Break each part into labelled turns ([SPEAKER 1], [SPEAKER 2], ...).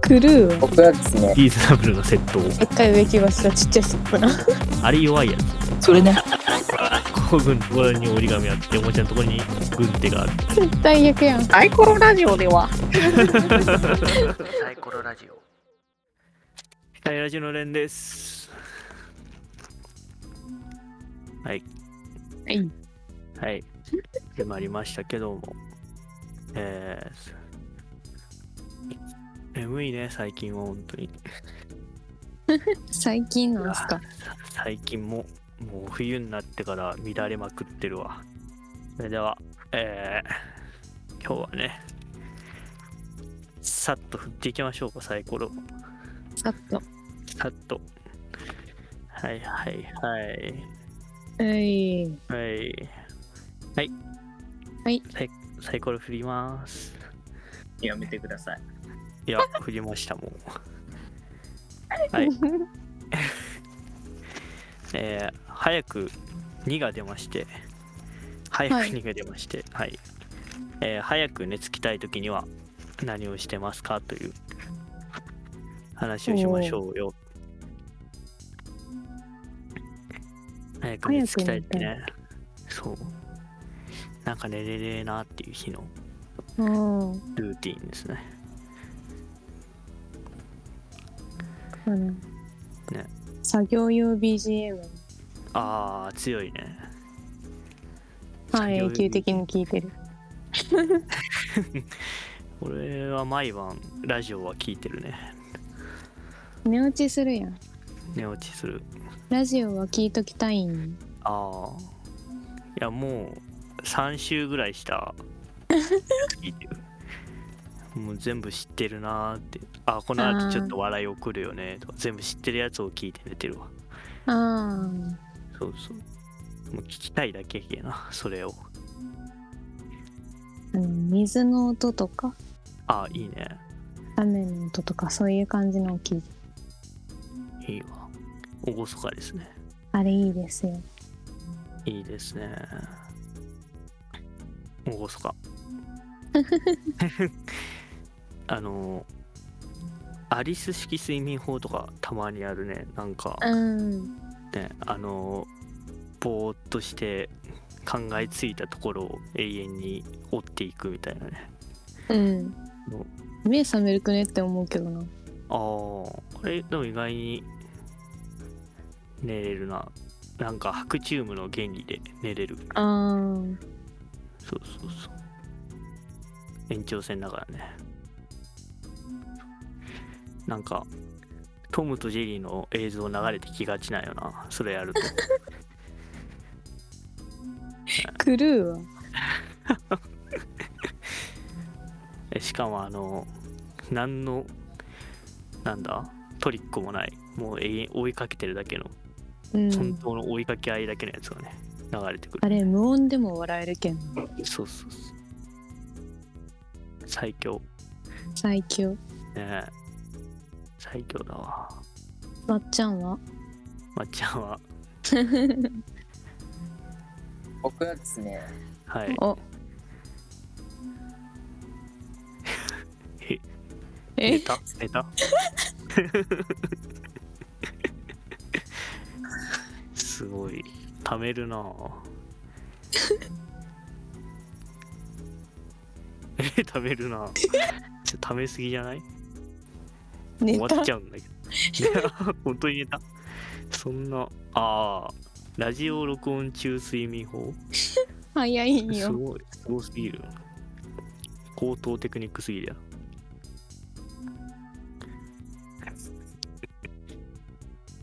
[SPEAKER 1] クルーを
[SPEAKER 2] 僕はですね
[SPEAKER 3] リーズナブルなセットを
[SPEAKER 1] 一回植木鉢がちっちゃいスップな
[SPEAKER 3] あれ弱いやつ
[SPEAKER 2] それね
[SPEAKER 3] こう軍ところに折り紙あっておもちゃのところに軍手がある
[SPEAKER 1] 最悪やん
[SPEAKER 4] アイコロラジオでは
[SPEAKER 5] サイコロラジオ
[SPEAKER 3] タイラジの連ですはい
[SPEAKER 4] はい
[SPEAKER 3] はいでまりましたけどもえー、眠いね最近は本当に
[SPEAKER 1] 最近なんすか
[SPEAKER 3] さ最近ももう冬になってから乱れまくってるわそれではえー、今日はねさっと振っていきましょうかサイコロ
[SPEAKER 1] さっと
[SPEAKER 3] さっとはいはいはい
[SPEAKER 1] はい
[SPEAKER 3] はいはい
[SPEAKER 1] はい
[SPEAKER 3] サイサイコロ振ります
[SPEAKER 5] やめてください
[SPEAKER 3] いや振りまし たもうはいえー、早く2が出まして早く
[SPEAKER 1] はい
[SPEAKER 3] 2が出ましてはい、えー早く寝つきたい時には何をしてますかという話をしましょうよ早く寝つきたいってねそうなんか寝れねえなっていう日の
[SPEAKER 1] うん
[SPEAKER 3] ルーティンですね
[SPEAKER 1] うん
[SPEAKER 3] ね
[SPEAKER 1] 作業用 BGM
[SPEAKER 3] ああ強いね
[SPEAKER 1] はい
[SPEAKER 3] 作業用
[SPEAKER 1] 永久的に聞いてる
[SPEAKER 3] 俺は毎晩ラジオは聞いてるね
[SPEAKER 1] 寝落ちするやん
[SPEAKER 3] 寝落ちする
[SPEAKER 1] ラジオは聞いときたいん
[SPEAKER 3] ああいやもう3週ぐらいした聞いてるもう全部知ってるなーってあこの
[SPEAKER 1] あ
[SPEAKER 3] 後
[SPEAKER 1] ー
[SPEAKER 3] ちょっと笑い起こるよねとか全部知ってるやつを聞いて寝てるわ
[SPEAKER 1] あ
[SPEAKER 3] そうそうもう聞きたいだけやなそれを
[SPEAKER 1] ーあの水の音とか
[SPEAKER 3] ああいいね
[SPEAKER 1] 雨の音とかそういう感じのを聞いて
[SPEAKER 3] いいわ厳かですね
[SPEAKER 1] あれいいですよ
[SPEAKER 3] いいですね。おごそか。 あの、アリス式睡眠法とかたまにあるね。なんか
[SPEAKER 1] うん
[SPEAKER 3] ね、あの、ぼーっとして考えついたところを永遠に追っていくみたいなね。
[SPEAKER 1] うん目覚めるくねって思うけどな
[SPEAKER 3] あー、あれ、でも意外に寝れるな。なんか白チウムの原理で寝れる。
[SPEAKER 1] あー
[SPEAKER 3] そうそうそう。延長戦だからね。なんか、トムとジェリーの映像流れてきがちなんよな、それや ると。
[SPEAKER 1] クルーは
[SPEAKER 3] えしかも、あの、何の、なんだ、トリックもない、もう永遠追いかけてるだけの、
[SPEAKER 1] う
[SPEAKER 3] 本
[SPEAKER 1] ん
[SPEAKER 3] 当の追いかけ合いだけのやつがね、流れてくる。
[SPEAKER 1] あれ無音でも笑えるけん
[SPEAKER 3] そうそうそう。最強。
[SPEAKER 1] 最強
[SPEAKER 3] ねえ最強だわ。
[SPEAKER 1] まっちゃんは
[SPEAKER 3] まっちゃんは、
[SPEAKER 2] 僕はですね
[SPEAKER 3] はい。
[SPEAKER 1] お
[SPEAKER 3] へ
[SPEAKER 1] え
[SPEAKER 3] ネタネタ すごい貯めるな ぁえ貯めるなぁちょっと貯めすぎじゃない
[SPEAKER 1] ネ
[SPEAKER 3] 終わ
[SPEAKER 1] タ
[SPEAKER 3] っちゃうんだけど 本当にネタそんなああラジオ録音中睡眠法
[SPEAKER 1] 早いん
[SPEAKER 3] す
[SPEAKER 1] よ
[SPEAKER 3] ごいすごすぎる高等テクニックすぎるやろ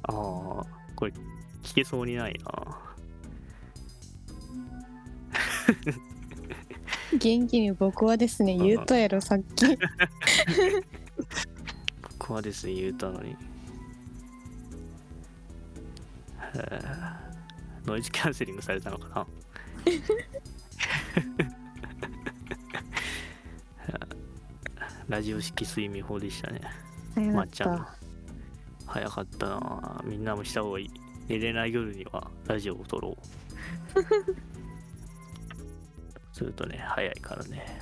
[SPEAKER 3] ああこれ聞けそうにないな
[SPEAKER 1] 元気に僕はですね言うとやろさっ き
[SPEAKER 3] ここはですね言うたのにへえノイズキャンセリングされたのか なラジオ式睡眠法でしたね
[SPEAKER 1] 早か
[SPEAKER 3] ま
[SPEAKER 1] っ
[SPEAKER 3] っちゃん
[SPEAKER 1] た
[SPEAKER 3] 早かったなみんなもした方がいい寝れない夜にはラジオを撮 ろうするとね早いからね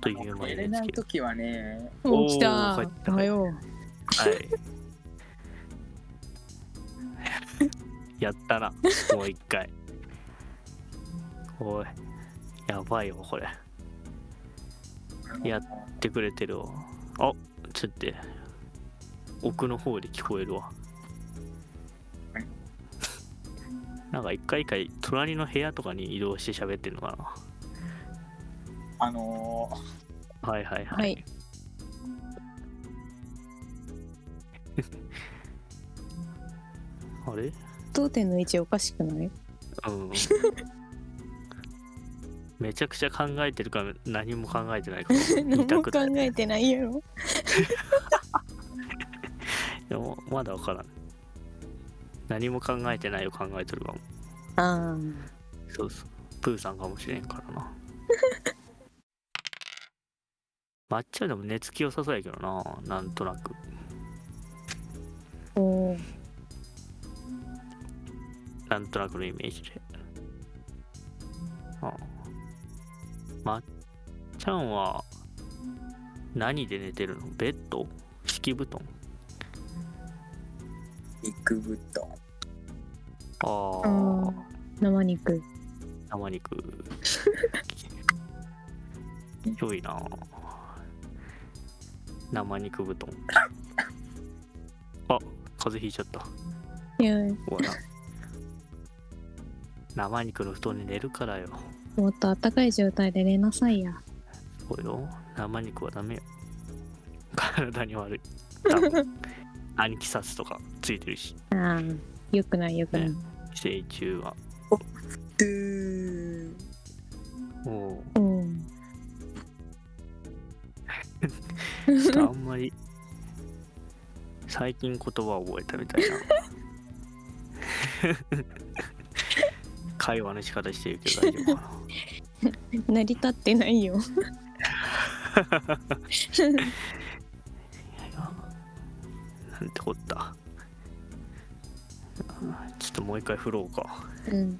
[SPEAKER 3] という間
[SPEAKER 2] 寝れ
[SPEAKER 3] にで
[SPEAKER 2] な
[SPEAKER 3] す
[SPEAKER 2] い
[SPEAKER 3] けど。
[SPEAKER 2] 時はね、
[SPEAKER 3] おー
[SPEAKER 1] 起きた
[SPEAKER 3] 帰っ。
[SPEAKER 1] お
[SPEAKER 3] た
[SPEAKER 1] はよう。
[SPEAKER 3] はい。 やったな、もう一回。おい、やばいよ、これ。やってくれてるわ。あちょっと待って。奥の方で聞こえるわ
[SPEAKER 2] あれ。
[SPEAKER 3] なんか一回一回隣の部屋とかに移動して喋ってるのか
[SPEAKER 2] あの
[SPEAKER 3] なはいはいはい。
[SPEAKER 1] はい。
[SPEAKER 3] あれ
[SPEAKER 1] 当店の位置おかしくない
[SPEAKER 3] うん。めちゃくちゃ考えてるから何も考えてない から。
[SPEAKER 1] 何も考
[SPEAKER 3] だよ
[SPEAKER 1] えてないやろ。
[SPEAKER 3] でもまだわからん。何も考えてないを考えてるかも。
[SPEAKER 1] ああ。
[SPEAKER 3] そうそう。プーさんかもしれんからな。抹茶でも寝つき良さそうやけどな、なんとなく。
[SPEAKER 1] おー
[SPEAKER 3] なんとなくのイメージで。ああまっちゃんは何で寝てるのベッド敷布団
[SPEAKER 2] ビッグブッド。
[SPEAKER 3] あ
[SPEAKER 1] あ
[SPEAKER 3] あ
[SPEAKER 1] ー、生肉。
[SPEAKER 3] 生肉。ひょいな。生肉布団。あ、風邪ひいちゃった。
[SPEAKER 1] いや、
[SPEAKER 3] ほら。生肉の布団に寝るからよ。
[SPEAKER 1] もっと暖かい状態で寝なさいや。
[SPEAKER 3] そうよ。生肉はダメよ。体に悪い。多分アニキサスとかついてるし、
[SPEAKER 1] ああ。よくないよくない。
[SPEAKER 3] ね寄生虫は。
[SPEAKER 2] ドゥー。
[SPEAKER 3] も
[SPEAKER 1] うん。
[SPEAKER 3] う、ちょっとあんまり、最近言葉を覚えたみたいな。会話の仕方してるけど大丈夫か
[SPEAKER 1] 成り立ってないよ。
[SPEAKER 3] な。なんてこった。ちょっともう一回振ろうか。
[SPEAKER 1] うん。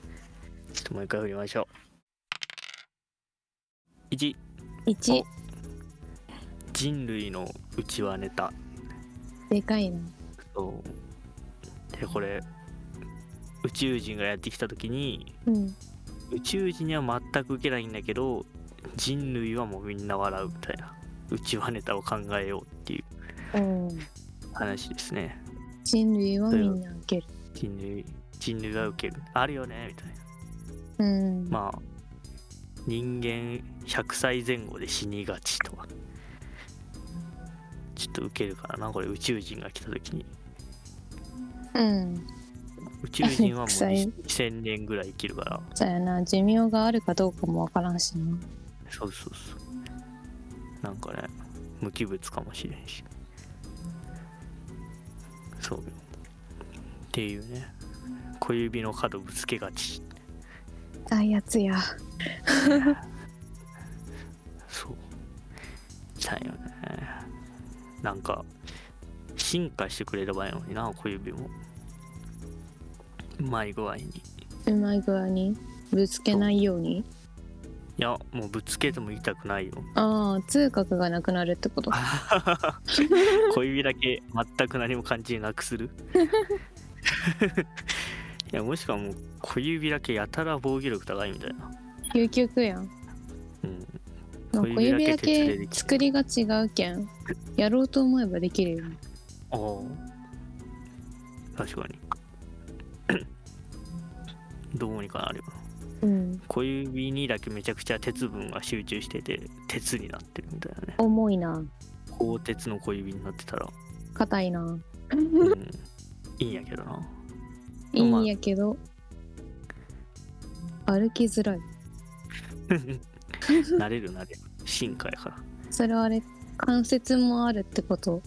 [SPEAKER 3] ちょっともう一回振りましょう。1、
[SPEAKER 1] 一
[SPEAKER 3] 人類の内輪ネタ。
[SPEAKER 1] でかいな。
[SPEAKER 3] そうでこれ宇宙人がやってきた時に
[SPEAKER 1] うん。
[SPEAKER 3] 宇宙人には全く受けないんだけど人類はもうみんな笑うみたいなうちはネタを考えようっていう
[SPEAKER 1] うん。
[SPEAKER 3] 話ですね
[SPEAKER 1] 人類はみんな受ける。
[SPEAKER 3] 人類人類が受けるあるよねみたいな
[SPEAKER 1] うん。
[SPEAKER 3] まあ人間100歳前後で死にがちとはちょっと受けるからなこれ宇宙人が来た時に
[SPEAKER 1] うん。
[SPEAKER 3] 宇宙人はもう
[SPEAKER 1] 100歳
[SPEAKER 3] 2000年ぐらい生きるから
[SPEAKER 1] そうやな。寿命があるかどうかもわからんしな。
[SPEAKER 3] そうそうそう。なんかね、無機物かもしれんし。そうよ。っていうね。小指の角ぶつけがち。
[SPEAKER 1] あいやつや。
[SPEAKER 3] そう。だよね。なんか、進化してくれればいいのにな、小指も。うまい具合に。いう
[SPEAKER 1] まい具合にぶつけないように。
[SPEAKER 3] や、もうぶつけても痛くないよ。
[SPEAKER 1] ああ、痛覚がなくなるってこと。
[SPEAKER 3] 小指だけ全く何も感じなくする いやもしくはもう小指だけやたら防御力高いみたいな、
[SPEAKER 1] 究極やん。
[SPEAKER 3] うん、
[SPEAKER 1] まあ
[SPEAKER 3] 小
[SPEAKER 1] 小
[SPEAKER 3] 指
[SPEAKER 1] 指
[SPEAKER 3] だ
[SPEAKER 1] だ
[SPEAKER 3] け
[SPEAKER 1] け作りが違うけん。やろうと思えばできるよね。
[SPEAKER 3] ああ確かに どうにかなるよな
[SPEAKER 1] うん。
[SPEAKER 3] 小指にだけめちゃくちゃ鉄分が集中してて鉄になってるみたいなね
[SPEAKER 1] 重いな。
[SPEAKER 3] 鋼鉄の小指になってたら、
[SPEAKER 1] 硬いな。
[SPEAKER 3] うん、いいんやけどない
[SPEAKER 1] いんやけど。歩きづらい。
[SPEAKER 3] 慣れる慣れる進化やから
[SPEAKER 1] それはあれ、関節もあるってこと。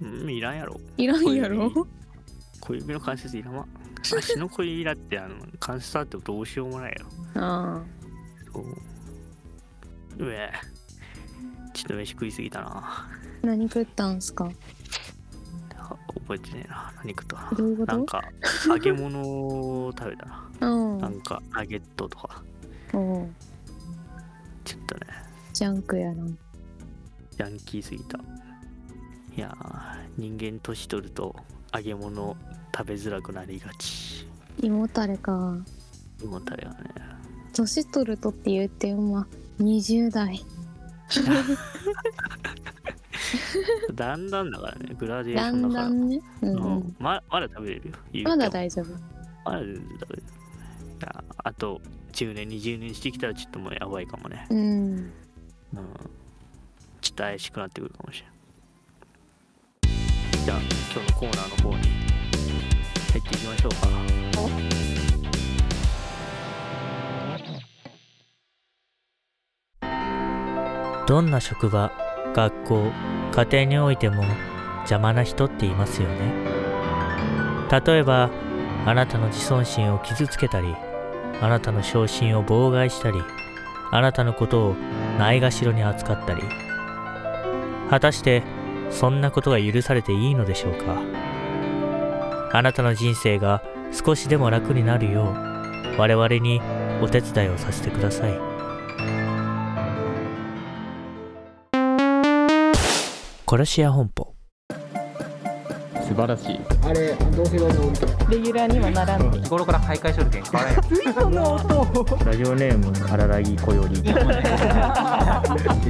[SPEAKER 3] うんいらんやろ
[SPEAKER 1] いらんやろ
[SPEAKER 3] 小小指の関節いらんわ足の小指だってあの関節あってもどうしようもないよ
[SPEAKER 1] ああ。
[SPEAKER 3] そううえちょっと飯食いすぎたな
[SPEAKER 1] 何食ったんすか
[SPEAKER 3] あ覚えてねえな何食ったか
[SPEAKER 1] どういうこ
[SPEAKER 3] ななん
[SPEAKER 1] と
[SPEAKER 3] か揚げ物を食べたな
[SPEAKER 1] うん。
[SPEAKER 3] なんかナゲットとか
[SPEAKER 1] うん。
[SPEAKER 3] ちょっとね
[SPEAKER 1] ジャンクやな。
[SPEAKER 3] ヤンキーすぎたいやー人間年取ると揚げ物食べづらくなりがち
[SPEAKER 1] 胃もたれか。
[SPEAKER 3] 胃もたれはね
[SPEAKER 1] 年取るとって言っても、まあ、20代。
[SPEAKER 3] だんだんだからねグラデーショ
[SPEAKER 1] だ
[SPEAKER 3] ンだ
[SPEAKER 1] ん
[SPEAKER 3] から
[SPEAKER 1] だんね。う。
[SPEAKER 3] うんん、ままだ食べれるよ言うて
[SPEAKER 1] ま
[SPEAKER 3] も
[SPEAKER 1] だ大丈夫。
[SPEAKER 3] まだ全然食べれるいやあと10年20年してきたらちょっともうやばいかもね
[SPEAKER 1] うん。
[SPEAKER 3] うんちょっと怪しくなってくるかもしれんじゃあ今日のコーナーの方に入っていきましょうか
[SPEAKER 6] どんな職場学校家庭においても邪魔な人っていますよね例えばあなたの自尊心を傷つけたりあなたの昇進を妨害したりあなたのことをないがしろに扱ったり果たしてそんなことが許されていいのでしょうかあなたの人生が少しでも楽になるよう我々にお手伝いをさせてください殺し屋本舗
[SPEAKER 7] 素晴らしい
[SPEAKER 4] レギュラーにもなら ん
[SPEAKER 5] 日頃から徘徊しとるけん変わらんよ
[SPEAKER 6] ラジオネーム体木 こより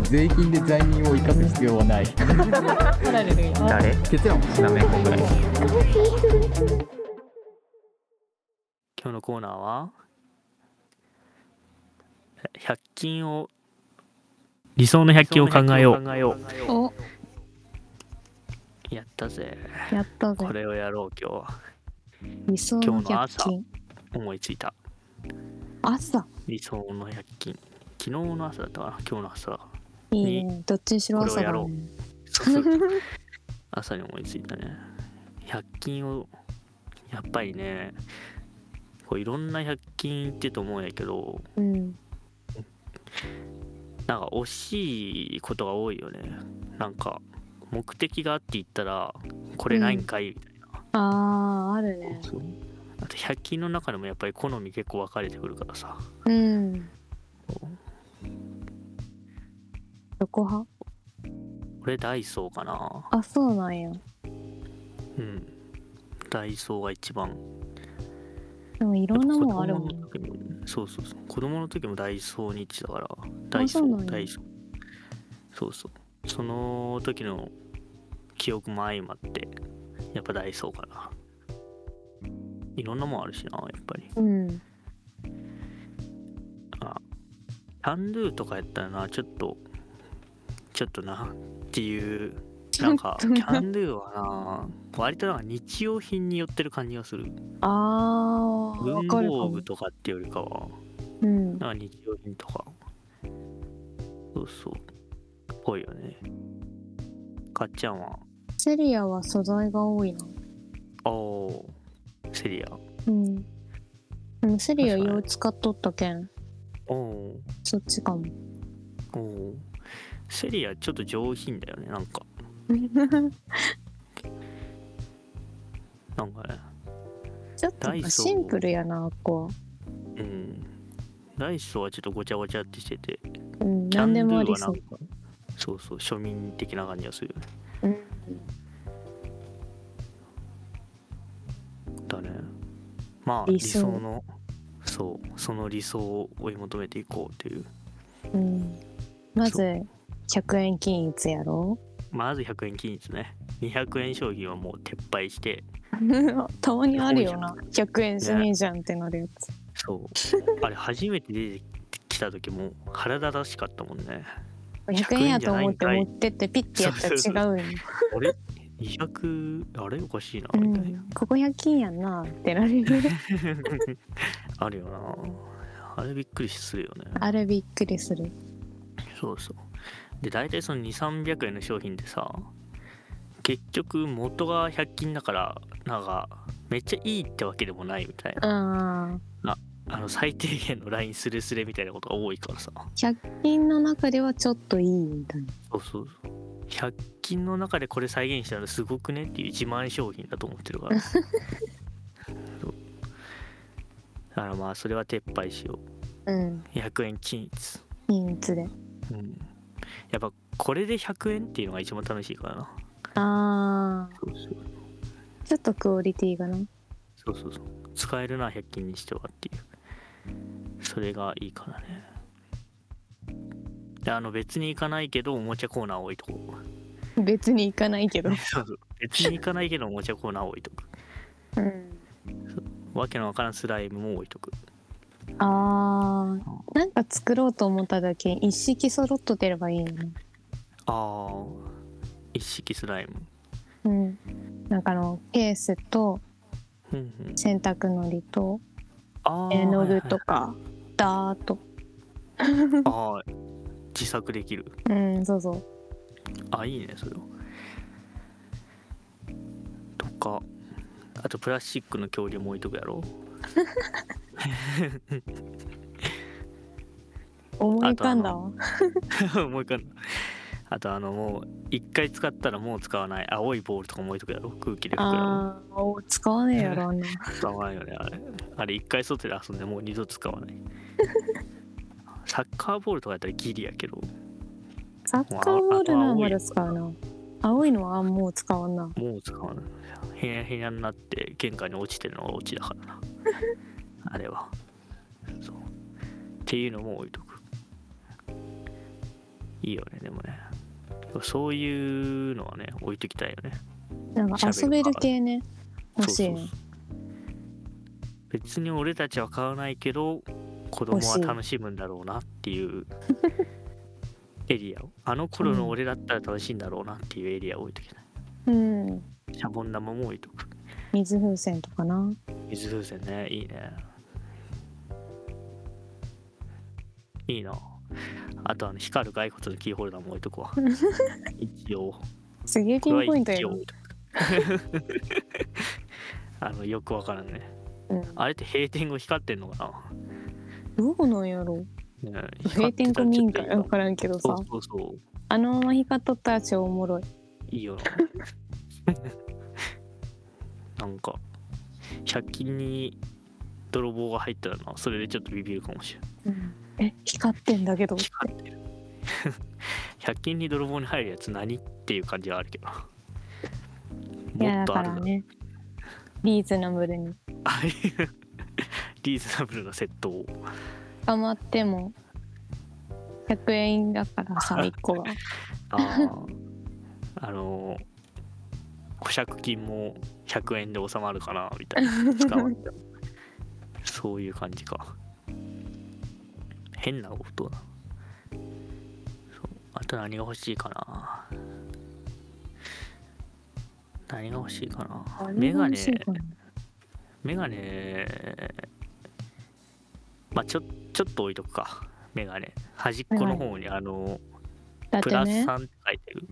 [SPEAKER 7] 税金で罪人を生かす必要はない
[SPEAKER 5] 誰
[SPEAKER 7] 結論
[SPEAKER 5] なめこぐらい
[SPEAKER 3] 今日のコーナーは100均を理想の100均を考えよう
[SPEAKER 1] お、
[SPEAKER 3] やったぜ
[SPEAKER 1] やったぜ
[SPEAKER 3] こ。れをやろう今日は
[SPEAKER 1] 理想の
[SPEAKER 3] 今日の
[SPEAKER 1] 100
[SPEAKER 3] 朝
[SPEAKER 1] 均。
[SPEAKER 3] 思いついた
[SPEAKER 1] 朝。
[SPEAKER 3] 理想の100均昨日の朝だったかな今日の朝
[SPEAKER 1] いいね。どっちにしろ朝だ
[SPEAKER 3] これを
[SPEAKER 1] ね。
[SPEAKER 3] そうそう朝に思いついたね100均をやっぱりねこういろんな100均行ってと思うんやけど
[SPEAKER 1] うん。
[SPEAKER 3] なんか惜しいことが多いよねなんか目的があって言ったらこれないんかいみたいな、
[SPEAKER 1] あー、あるね。
[SPEAKER 3] あと100均の中でもやっぱり好み結構分かれてくるからさ
[SPEAKER 1] うん。どこ派
[SPEAKER 3] 俺ダイソーかな
[SPEAKER 1] あ、そうなんや。
[SPEAKER 3] うんダイソーが一番
[SPEAKER 1] でもいろんなもんあるもん
[SPEAKER 3] 子供。の時もそうそうそう子供の時もダイソーに行ってたからダ
[SPEAKER 1] あ
[SPEAKER 3] イソ
[SPEAKER 1] そうなん
[SPEAKER 3] ー
[SPEAKER 1] や
[SPEAKER 3] ダイソーそうそうその時の記憶も相まってやっぱダイソーかないろんなもんあるしなやっぱり
[SPEAKER 1] うん。
[SPEAKER 3] タンドゥとかやったらなちょっとちょっとなっていうなんかキ
[SPEAKER 1] ちょっとな
[SPEAKER 3] ャンドゥはな割となんか日用品に寄ってる感じがする
[SPEAKER 1] あー、わ
[SPEAKER 3] 文
[SPEAKER 1] かるか
[SPEAKER 3] 房
[SPEAKER 1] も
[SPEAKER 3] 具。とかっていうよりかは
[SPEAKER 1] うん。
[SPEAKER 3] なんか日用品とか。そうそう。ぽいよね。かっちゃんは、
[SPEAKER 1] セリアは素材が多いな。
[SPEAKER 3] あお、セリア。
[SPEAKER 1] うん。でもセリア
[SPEAKER 3] 確かに
[SPEAKER 1] 用使っとったけん、
[SPEAKER 3] おお
[SPEAKER 1] そっちかも。
[SPEAKER 3] おお。セリアちょっと上品だよね、なんか。なんかね。
[SPEAKER 1] ちょっと
[SPEAKER 3] ダイソー
[SPEAKER 1] シンプルやな、こ
[SPEAKER 3] うん。ダイソーはちょっとごちゃごちゃってしてて、
[SPEAKER 1] う。うん、
[SPEAKER 3] キャ
[SPEAKER 1] 何
[SPEAKER 3] ンド
[SPEAKER 1] で
[SPEAKER 3] ゥ
[SPEAKER 1] もあ
[SPEAKER 3] は
[SPEAKER 1] り
[SPEAKER 3] な
[SPEAKER 1] そ
[SPEAKER 3] ん
[SPEAKER 1] う。
[SPEAKER 3] か、そうそう、庶民的な感じがするよね。
[SPEAKER 1] うん。
[SPEAKER 3] だね。まあ、理
[SPEAKER 1] 理想
[SPEAKER 3] 想の、そう、その理想を追い求めていこうという。
[SPEAKER 1] うん、まず、100円均一やろ
[SPEAKER 3] まず100円均一ね。200円商品はもう撤廃して、
[SPEAKER 1] たまにあるよな。100円しねえじゃんってなるやつ。
[SPEAKER 3] そう。あれ、初めて出てきた時も腹立たしかったもんね。
[SPEAKER 1] 100円やと思って
[SPEAKER 3] 100円じゃない
[SPEAKER 1] 持
[SPEAKER 3] んかい
[SPEAKER 1] ってってピッてやったら違うよね。
[SPEAKER 3] あれ ?200、あれおかしいな、
[SPEAKER 1] う
[SPEAKER 3] みたいな。
[SPEAKER 1] ん、ここ100均やんなってなるよね
[SPEAKER 3] あるよな。あれびっくりするよね。
[SPEAKER 1] あれびっくりする。
[SPEAKER 3] そうそう。で、大体その2、300円の商品でさ、結局元が100均だから、なんか、めっちゃいいってわけでもないみたいな。
[SPEAKER 1] あ
[SPEAKER 3] あの、最低限のラインスレスレみたいなことが多いからさ。
[SPEAKER 1] ー品の中ではちょっといいみたいな。
[SPEAKER 3] そうそうそう100均の中でこれ再現したらすごくねっていう自慢商品だと思ってる からそうだからまあそれは撤廃しよ
[SPEAKER 1] うん、
[SPEAKER 3] う100円均一
[SPEAKER 1] 均一で
[SPEAKER 3] うん、やっぱこれで100円っていうのが一番楽しいから
[SPEAKER 1] あ
[SPEAKER 3] なそうそう
[SPEAKER 1] ーちょっとクオリティがな
[SPEAKER 3] そうそうそう使えるな100均にしてはっていうそれがいいからねであの別に行かないけどおもちゃコーナー置いとこう
[SPEAKER 1] 別に行かないけど
[SPEAKER 3] そうそう別に行かないけどおもちゃコーナー置いとく
[SPEAKER 1] うん
[SPEAKER 3] わけのわからんスライムも置いとく
[SPEAKER 1] あーなんか作ろうと思っただけ一式揃っと出ればいいよね
[SPEAKER 3] ああ一式スライム
[SPEAKER 1] うんなんかあのケースと
[SPEAKER 3] うんうん
[SPEAKER 1] 洗濯のりと
[SPEAKER 3] あー
[SPEAKER 1] 絵の具と
[SPEAKER 3] はい
[SPEAKER 1] かダーと
[SPEAKER 3] はいあー自作できる
[SPEAKER 1] うんそうそう
[SPEAKER 3] あいいねそれはとかあとプラスチックの恐竜も置いとくやろ
[SPEAKER 1] 思い浮かんだわ
[SPEAKER 3] もう一回あとあのもう一回使ったらもう使わない青いボールとかも置いとくやろ空気で膨らむ
[SPEAKER 1] あー お使わねえやろあんな
[SPEAKER 3] 使わないよねあれあれ一回外で遊んでもう二度使わないサッカーボールとかやったらギリやけど
[SPEAKER 1] サッカーボールのはまだ使うな青いのはもう使わんな
[SPEAKER 3] もう使わない部屋部屋になって玄関に落ちてるのは落ちだから なあれはそうっていうのも置いとくいいよねでもねそういうのはね置いときたいよね
[SPEAKER 1] なんか遊べる系ね欲しい
[SPEAKER 3] そう
[SPEAKER 1] ね
[SPEAKER 3] そうそう別に俺たちは買わないけど子供は楽しむんだろうなっていうエリアをあの頃の俺だったら楽しいんだろうなっていうエリアを置いときたい
[SPEAKER 1] うん
[SPEAKER 3] シャボン玉も置いとく
[SPEAKER 1] 水風船とかな
[SPEAKER 3] 水風船ねいいねいいなあとあの光る骸骨のキーホルダーも置いとくわ一応
[SPEAKER 1] すげえ ピ
[SPEAKER 3] こ
[SPEAKER 1] ン
[SPEAKER 3] れ
[SPEAKER 1] ポ
[SPEAKER 3] は
[SPEAKER 1] イントや
[SPEAKER 3] 一応
[SPEAKER 1] な
[SPEAKER 3] 置いとく あのよくわからんね
[SPEAKER 1] うん
[SPEAKER 3] あれって閉店後光ってんのか
[SPEAKER 1] どうなんやろ
[SPEAKER 3] な、ね、
[SPEAKER 1] 閉店後民家
[SPEAKER 3] 光ってたらちょっといいな
[SPEAKER 1] 分からんけど
[SPEAKER 3] そ
[SPEAKER 1] さ
[SPEAKER 3] うそうそう
[SPEAKER 1] あのまま光っとったら超おもろい
[SPEAKER 3] いいよ ななんか100均に泥棒が入ったらなそれでちょっとビビるかもしれない
[SPEAKER 1] え光ってんだけど
[SPEAKER 3] 光って る100均に泥棒に入るやつ何っていう感じはあるけどない
[SPEAKER 1] や
[SPEAKER 3] も
[SPEAKER 1] だ
[SPEAKER 3] っと
[SPEAKER 1] か
[SPEAKER 3] ある
[SPEAKER 1] ら
[SPEAKER 3] な
[SPEAKER 1] ねリーズナブルに
[SPEAKER 3] ああいう リーズナブルなセットを
[SPEAKER 1] 捕まっても100円だからさ1個が
[SPEAKER 3] あーあの保釈金も100円で収まるかなみたいな使われたそういう感じか変な音だそうあと何が欲しいかな何が欲しいかなメガネメガネまあちょちょっと置いとくかメガネ端っこの方にあの、
[SPEAKER 1] だっ
[SPEAKER 3] プ
[SPEAKER 1] て
[SPEAKER 3] ラス
[SPEAKER 1] ね
[SPEAKER 3] 3って書いてる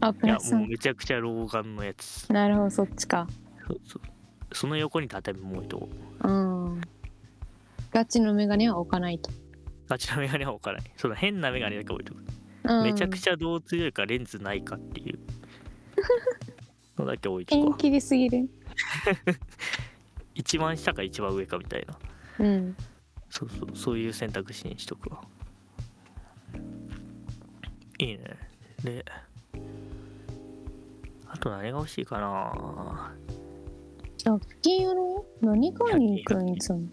[SPEAKER 1] あプ
[SPEAKER 3] い
[SPEAKER 1] ラ
[SPEAKER 3] や
[SPEAKER 1] ス
[SPEAKER 3] もう
[SPEAKER 1] 3
[SPEAKER 3] めちゃくちゃ老眼のやつ
[SPEAKER 1] なるほどそっちか
[SPEAKER 3] そうそうその横に畳も置いとこう
[SPEAKER 1] うんガチのメガネは置かないと、
[SPEAKER 3] ガチのメガネは置かないその変なメガネだけ置いとく、
[SPEAKER 1] うん、
[SPEAKER 3] めちゃく
[SPEAKER 1] ち
[SPEAKER 3] ちゃどう強いかレンズないかっていう のだけ置いと
[SPEAKER 1] 縁
[SPEAKER 3] こう
[SPEAKER 1] 切りすぎる
[SPEAKER 3] 一番下か一番上かみたいな
[SPEAKER 1] うん
[SPEAKER 3] そうそうそういう選択肢にしとくわいいねであと何が欲しいかな
[SPEAKER 1] 100均やろ何買いに行くんいつも
[SPEAKER 3] い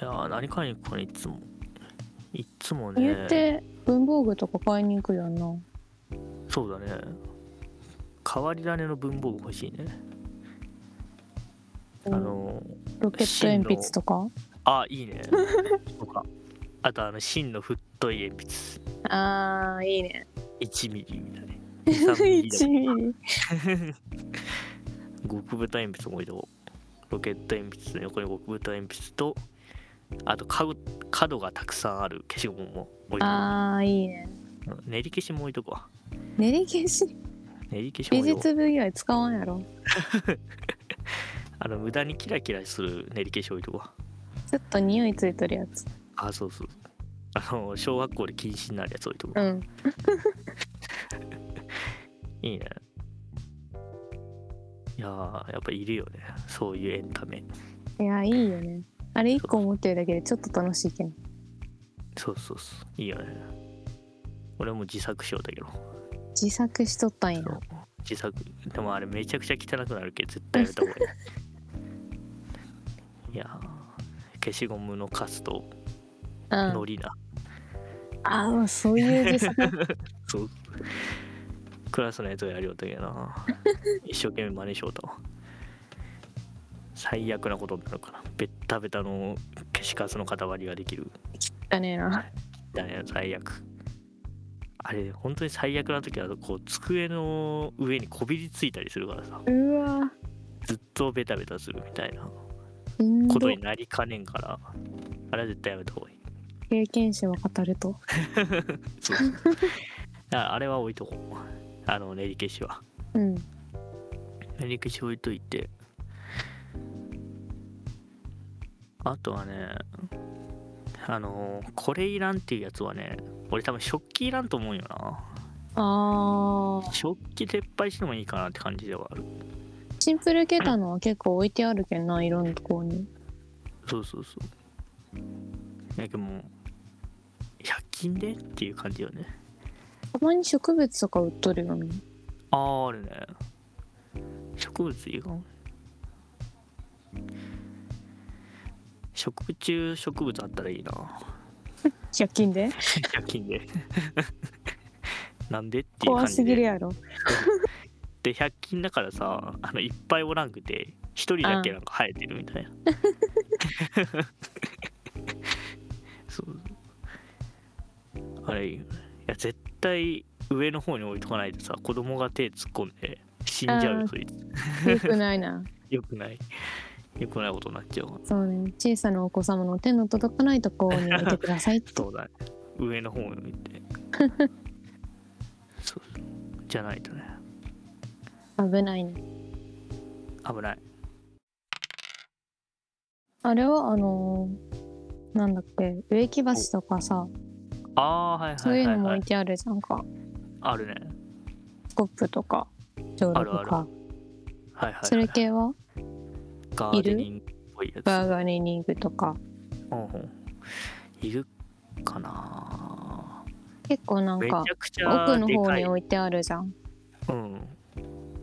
[SPEAKER 3] やー何買いに行くかないつもいつもね
[SPEAKER 1] 言って文房具とか買いに行くよな
[SPEAKER 3] そうだね。変わり種の文房具欲しいね。あの、
[SPEAKER 1] ロケット鉛筆とか
[SPEAKER 3] あ、いいね。とか。あと、あの、芯の太い鉛筆。
[SPEAKER 1] あーいいね
[SPEAKER 3] 1ミリみたいな。
[SPEAKER 1] 1
[SPEAKER 3] 1
[SPEAKER 1] ミリ
[SPEAKER 3] 極太鉛筆も置いとこうロケット鉛筆の横に極太鉛筆と、あと角、角がたくさんある消しゴムも置いとこ
[SPEAKER 1] あーいいね
[SPEAKER 3] う練り消しも置いとこう。
[SPEAKER 1] 練り消し
[SPEAKER 3] 練り消しも
[SPEAKER 1] 美
[SPEAKER 3] 置いとこう。
[SPEAKER 1] 術部以外使わんやろ
[SPEAKER 3] あの、無駄にキラキラする練り消し置いとこう。
[SPEAKER 1] ちょっと匂いついとるやつ
[SPEAKER 3] あ、そうそう。あの、小学校で禁止になるやつ置いとこう。
[SPEAKER 1] うん
[SPEAKER 3] いいね。いやー、やっぱいるよね。そういうエンタメ。
[SPEAKER 1] いやいいよねあれ1個持ってるだけでちょっと楽しいけど
[SPEAKER 3] そうそうそういいよね俺も自作しようだけど
[SPEAKER 1] 自作しとったんや
[SPEAKER 3] そう自作でもあれめちゃくちゃ汚くなるけ絶対やめた方がい いいやー消しゴムのカスと
[SPEAKER 1] うん
[SPEAKER 3] のりだ、
[SPEAKER 1] ああそういう自作
[SPEAKER 3] そうクラスのやつをやりよったけど な一生懸命真似しようと最悪なことになるからベッタベタの消しカスの塊ができる
[SPEAKER 1] だねえな
[SPEAKER 3] だね最悪あれ本当に最悪な時はこう机の上にこびりついたりするからさ
[SPEAKER 1] うわ
[SPEAKER 3] ずっとベタベタするみたいな
[SPEAKER 1] しん
[SPEAKER 3] こと
[SPEAKER 1] ど
[SPEAKER 3] になりかねんからあれは絶対やめた方がいい
[SPEAKER 1] 経験者は語ると
[SPEAKER 3] そうだからあれは置いとこうあの練り消しは
[SPEAKER 1] うん
[SPEAKER 3] 練り消し置いといてあとはねあのこれいらんっていうやつはね俺多分食器いらんと思うよな
[SPEAKER 1] あー
[SPEAKER 3] 食器撤廃してもいいかなって感じではある
[SPEAKER 1] シンプルゲタのは結構置いてあるけんないろんなとこに
[SPEAKER 3] そうそうそうだけどもう100均でっていう感じよね
[SPEAKER 1] たまに植物とか売っとるよね
[SPEAKER 3] あーあるね植物いいかも食虫植物あったらいいな
[SPEAKER 1] 100均で
[SPEAKER 3] 100 均でなんでっていう感
[SPEAKER 1] 怖
[SPEAKER 3] じ
[SPEAKER 1] すぎる
[SPEAKER 3] で
[SPEAKER 1] やろ
[SPEAKER 3] で100均だからさあのいっぱいおらんくて1人だけなんか生えてるみたい なそうあれいいよねいや絶対上の方に置いとかないとさ子供が手突っ込んで死んじゃう
[SPEAKER 1] あ
[SPEAKER 3] よ
[SPEAKER 1] ー
[SPEAKER 3] そいつ
[SPEAKER 1] よくない な
[SPEAKER 3] よくないよくないことになっちゃうから
[SPEAKER 1] そうね小さなお子様の手の届かないとこに置いてくださいって
[SPEAKER 3] そうだね上の方を 見てそうじゃないとね
[SPEAKER 1] 危ないね
[SPEAKER 3] 危ない
[SPEAKER 1] あれはあのーなんだっけ植木鉢とかさ
[SPEAKER 3] ああはい
[SPEAKER 1] そう
[SPEAKER 3] はいいうは
[SPEAKER 1] の
[SPEAKER 3] い、
[SPEAKER 1] も
[SPEAKER 3] は
[SPEAKER 1] 置
[SPEAKER 3] い
[SPEAKER 1] い、てあるじゃんか
[SPEAKER 3] あるね
[SPEAKER 1] スコップとかジョールとか
[SPEAKER 3] あるはいはい、はい、
[SPEAKER 1] それ系は
[SPEAKER 3] ガーデニングっぽいやつ
[SPEAKER 1] バーガーデニングとか
[SPEAKER 3] うんうんいるかな
[SPEAKER 1] 結構なん
[SPEAKER 3] めち
[SPEAKER 1] か
[SPEAKER 3] ゃくちゃ
[SPEAKER 1] 奥の
[SPEAKER 3] で
[SPEAKER 1] 方
[SPEAKER 3] かい
[SPEAKER 1] に置いてあるじゃん
[SPEAKER 3] うん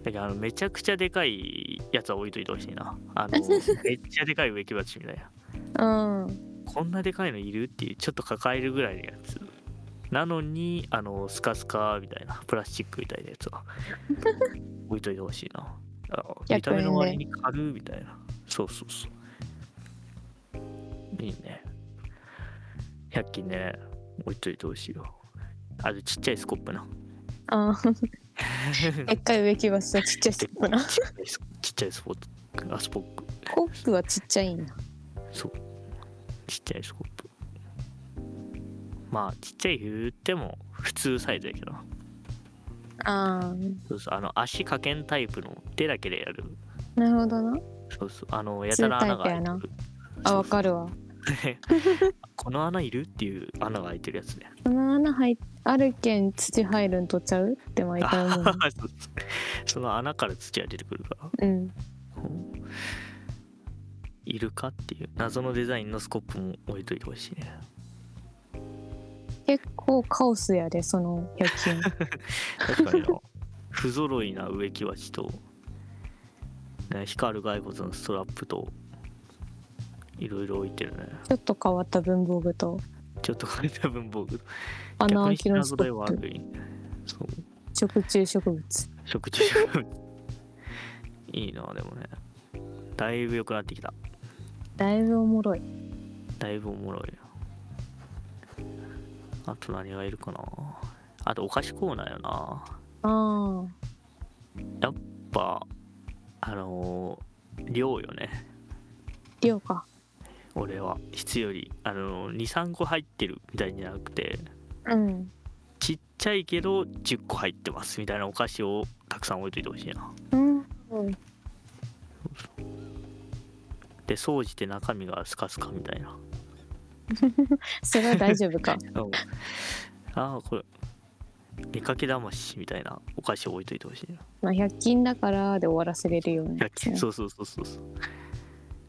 [SPEAKER 3] だけどあのめちゃくちゃでかいやつは置いといてほしいな あのめっちゃでかい植木鉢みたいな
[SPEAKER 1] うん
[SPEAKER 3] こんなでかいのいるっていうちょっと抱えるぐらいのやつなのにあのスカスカみたいなプラスチックみたいなやつは置いといてほしいなあ
[SPEAKER 1] 100
[SPEAKER 3] 見た目の
[SPEAKER 1] 円
[SPEAKER 3] 割に軽いみたいなそうそうそういいね100均ね置いといてほしいよあとちっちゃいスコップな
[SPEAKER 1] あー で
[SPEAKER 3] ち
[SPEAKER 1] っかい植木鉢とちっちゃいスコップなス
[SPEAKER 3] っちゃいスちっちゃいスポットあスポック
[SPEAKER 1] コップはちっちゃいんだ
[SPEAKER 3] ちっちゃいスコップまあちっちゃい言っても普通サイズやけど
[SPEAKER 1] あ
[SPEAKER 3] そうそうあの足かけんタイプの手だけでやる
[SPEAKER 1] あなるほどな
[SPEAKER 3] そうそうあのやたら穴が開いて
[SPEAKER 1] ツータイ
[SPEAKER 3] る
[SPEAKER 1] あわかるわ
[SPEAKER 3] この穴いるっていう穴が開いてるやつね
[SPEAKER 1] その穴入っあるけん土入るんとちゃうって毎回思 う
[SPEAKER 3] そうそうその穴から土が出てくるから
[SPEAKER 1] うん
[SPEAKER 3] うんいるかっていう謎のデザインのスコップも置いといてほしいね
[SPEAKER 1] 結構カオスやでその100均
[SPEAKER 3] 確かにな不揃いな植木鉢と、ね、光る骸骨のストラップといろいろ置いてるね
[SPEAKER 1] ちょっと変わった文房具と
[SPEAKER 3] ちょっとこれ多分僕
[SPEAKER 1] 穴
[SPEAKER 3] 逆
[SPEAKER 1] 開
[SPEAKER 3] に
[SPEAKER 1] きの
[SPEAKER 3] 品
[SPEAKER 1] スコ
[SPEAKER 3] 揃えは
[SPEAKER 1] ップ
[SPEAKER 3] 悪いねそう
[SPEAKER 1] 食虫植物
[SPEAKER 3] 食虫植物いいなでもねだいぶ良くなってきた
[SPEAKER 1] だいぶおもろい
[SPEAKER 3] だいぶおもろいなあと何がいるかなあとお菓子コーナーよな
[SPEAKER 1] あ
[SPEAKER 3] やっぱあのー量よね
[SPEAKER 1] あ量か
[SPEAKER 3] 俺は質よりあのー23個入ってるみたいじゃなくて
[SPEAKER 1] うん
[SPEAKER 3] ちっちゃいけど10個入ってますみたいなお菓子をたくさん置いといてほしいな
[SPEAKER 1] うん
[SPEAKER 3] で掃除て中身がスカスカみたいな
[SPEAKER 1] それは大丈夫か
[SPEAKER 3] うんああこれ見かけ魂みたいなお菓子を置いといてほしいな
[SPEAKER 1] まあ100均だからで終わらせれるよね
[SPEAKER 3] 焼きそうそうそうそうそう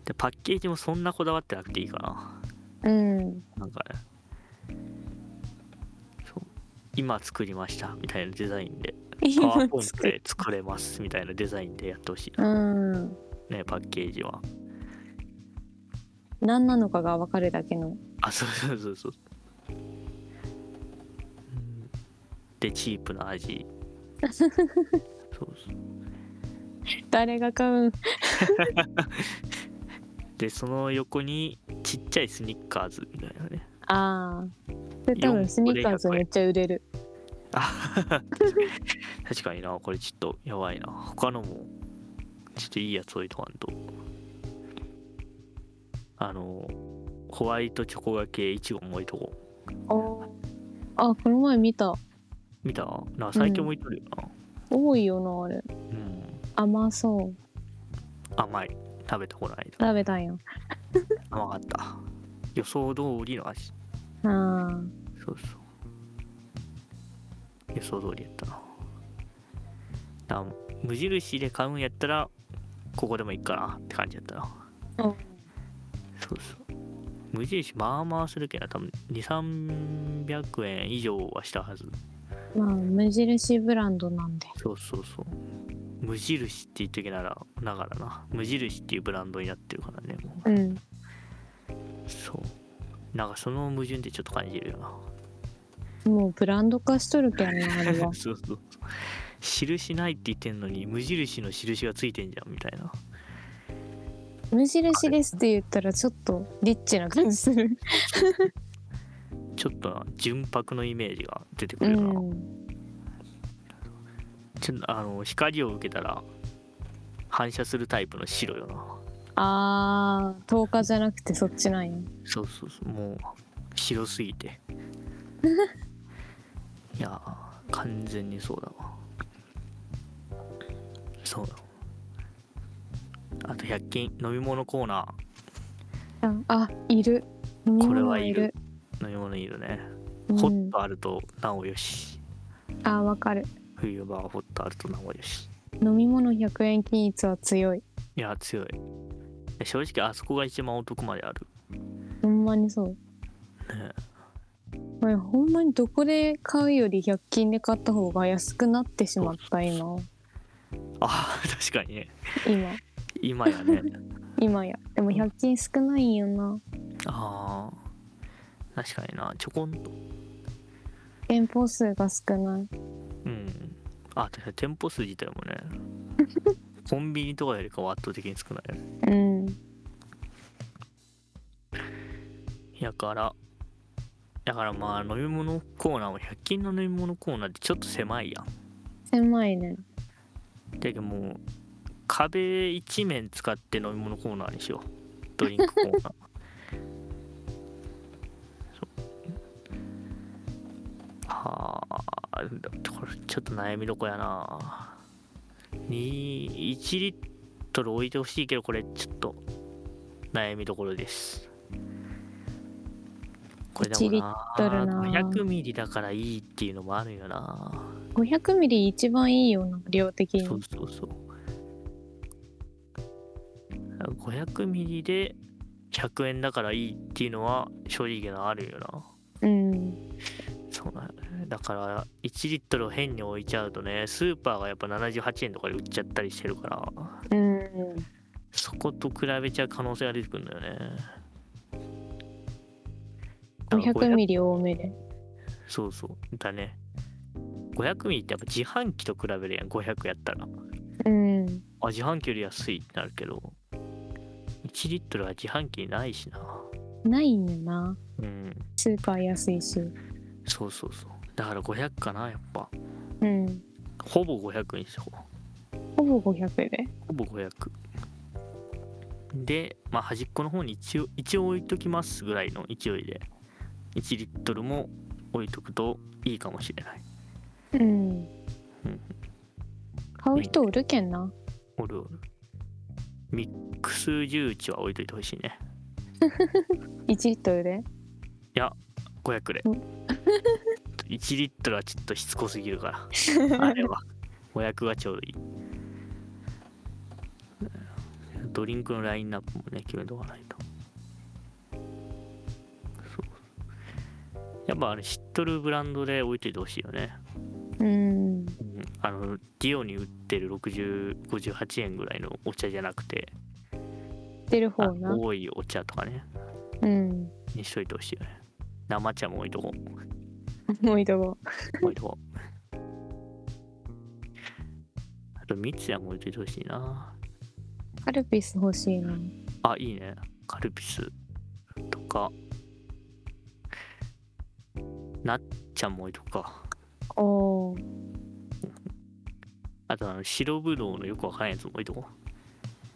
[SPEAKER 3] でパッケージもそんなこだわってなくていいかな
[SPEAKER 1] うん
[SPEAKER 3] なんかね今作りましたみたいなデザインでパワ
[SPEAKER 1] 今
[SPEAKER 3] ーポイント
[SPEAKER 1] 作る
[SPEAKER 3] で作れますみたいなデザインでやってほしい な
[SPEAKER 1] うん
[SPEAKER 3] ねパッケージは
[SPEAKER 1] 何なのかが分かるだけの
[SPEAKER 3] あそうそうそうそううんでチープな 味そうそう
[SPEAKER 1] 誰が買うん
[SPEAKER 3] でその横にちっちゃいスニッカーズみたいなね
[SPEAKER 1] ああそれ多
[SPEAKER 3] 四
[SPEAKER 1] 分スニッカーズめっちゃ売れる
[SPEAKER 3] あ 確かになこれちょっとやばいな他のもちょっといいやつ置いとかんとあのホワイトチョコがけいちごも置いとこう
[SPEAKER 1] あこの前見た
[SPEAKER 3] 見たな最近も置いとるよな
[SPEAKER 1] 多いよなあれ
[SPEAKER 3] うん、
[SPEAKER 1] 甘そう
[SPEAKER 3] 甘い食べてこない
[SPEAKER 1] 食べたんや
[SPEAKER 3] 甘かった予想通りの味
[SPEAKER 1] あー
[SPEAKER 3] そうそう。予想通りやったな。だ無印で買うんやったら、ここでもいいかなって感じやったな。
[SPEAKER 1] うん
[SPEAKER 3] そうそう。無印、まあまあするけどな、多分2、300円以上はしたはず。
[SPEAKER 1] まあ無印ブランドなんで
[SPEAKER 3] そうそうそう。無印って言っときなら、ながらな。無印っていうブランドになってるからね、もう。
[SPEAKER 1] うん
[SPEAKER 3] そう。なんかその矛盾でちょっと感じるよな。
[SPEAKER 1] もうブランド化しとるけんなあれは
[SPEAKER 3] そうそうそう印ないって言ってんのに無印の印がついてんじゃんみたいな
[SPEAKER 1] 無印ですって言ったらちょっとリッチな感じする
[SPEAKER 3] ちょっとな純白のイメージが出てく
[SPEAKER 1] う
[SPEAKER 3] るよな、
[SPEAKER 1] ん
[SPEAKER 3] ちょっとあの光を受けたら反射するタイプの白よな
[SPEAKER 1] あー10日じゃなくてそっちなんや
[SPEAKER 3] そうそうそうもう白す ぎていやー完全にそうだわそうあと100均飲み物コーナ
[SPEAKER 1] あいる飲み
[SPEAKER 3] これ
[SPEAKER 1] 物
[SPEAKER 3] は
[SPEAKER 1] が
[SPEAKER 3] いるー飲み物いるね、
[SPEAKER 1] うん
[SPEAKER 3] ホットあるとなおよし
[SPEAKER 1] あわかる
[SPEAKER 3] 冬場はホットあると名古屋し
[SPEAKER 1] 飲み物100円均一は強い
[SPEAKER 3] いや強いで正直あそこが一番お得まである
[SPEAKER 1] ほんまにそう
[SPEAKER 3] ね
[SPEAKER 1] これほんまにどこで買うより100均で買った方が安くなってしまった今
[SPEAKER 3] あ 確かにね
[SPEAKER 1] 今
[SPEAKER 3] 今やね
[SPEAKER 1] 今やでも100均少ないんよな
[SPEAKER 3] あー確かになちょこんと
[SPEAKER 1] 店舗数が少ない
[SPEAKER 3] うんあ確かに店舗数自体もねコンビニとかよりかは圧倒的に少ないよね
[SPEAKER 1] うん
[SPEAKER 3] やからだからまあ飲み物コーナーも100均の飲み物コーナーってちょっと狭いやん
[SPEAKER 1] 狭いね
[SPEAKER 3] だけどもう壁一面使って飲み物コーナーにしようドリンクコーナーそうはあだこれちょっと悩みどこやなに1リットル置いてほしいけどこれちょっと悩みどころですこれでも
[SPEAKER 1] 1リ
[SPEAKER 3] な
[SPEAKER 1] トルな
[SPEAKER 3] 500ミリだからいいっていうのもあるよな
[SPEAKER 1] 500ミリ一番いいよな量的
[SPEAKER 3] そう
[SPEAKER 1] に
[SPEAKER 3] そうそう。500ミリで100円だからいいっていうのは正直なあるよな。
[SPEAKER 1] うん
[SPEAKER 3] そうなんだよねだから1リットルを変に置いちゃうとね、スーパーがやっぱ78円とかで売っちゃったりしてるから、
[SPEAKER 1] うん
[SPEAKER 3] そこと比べちゃう可能性が出てくるんだよね。
[SPEAKER 1] 500
[SPEAKER 3] リ
[SPEAKER 1] ミリ多めで
[SPEAKER 3] そうそう。だね。500ミリってやっぱ自販機と比べるやん、500やったら。
[SPEAKER 1] うん
[SPEAKER 3] あ自販機より安いってなるけど1リットルは自販機にないしな
[SPEAKER 1] ないんよな
[SPEAKER 3] うん
[SPEAKER 1] スーパー安いし
[SPEAKER 3] そうそうそうだから500かなやっぱ
[SPEAKER 1] うん
[SPEAKER 3] ほぼ500にしよう
[SPEAKER 1] ほぼ500で
[SPEAKER 3] ほぼ500で、まあ、端っこの方に一応一応置いときますぐらいの勢いで1リットルも置いとくといいかもしれない
[SPEAKER 1] うん
[SPEAKER 3] うん
[SPEAKER 1] 買う人おるけんな
[SPEAKER 3] おるおるミックス重値は置いといてほしいね
[SPEAKER 1] 1リットルで
[SPEAKER 3] 500で
[SPEAKER 1] う
[SPEAKER 3] 1リットルはちょっとしつこすぎるからあれは500がちょうどいいドリンクのラインナップもね決めとかないとそうやっぱあれ知っとるブランドで置いといてほしいよね、
[SPEAKER 1] うん
[SPEAKER 3] うんあのディオに売ってる6058円ぐらいのお茶じゃなくて
[SPEAKER 1] 出る
[SPEAKER 3] あ
[SPEAKER 1] 方な
[SPEAKER 3] 多いお茶とかね
[SPEAKER 1] うん
[SPEAKER 3] にしといてほしいよね生茶も置いとこう
[SPEAKER 1] もういいとこ
[SPEAKER 3] 置いとこうあと三ツ矢も置いといてほしいな
[SPEAKER 1] カルピス欲しいな
[SPEAKER 3] あいいねカルピスとかなっちゃんも置いとくか
[SPEAKER 1] おー
[SPEAKER 3] あとあの白ぶどうのよくわからんやつも置いとこう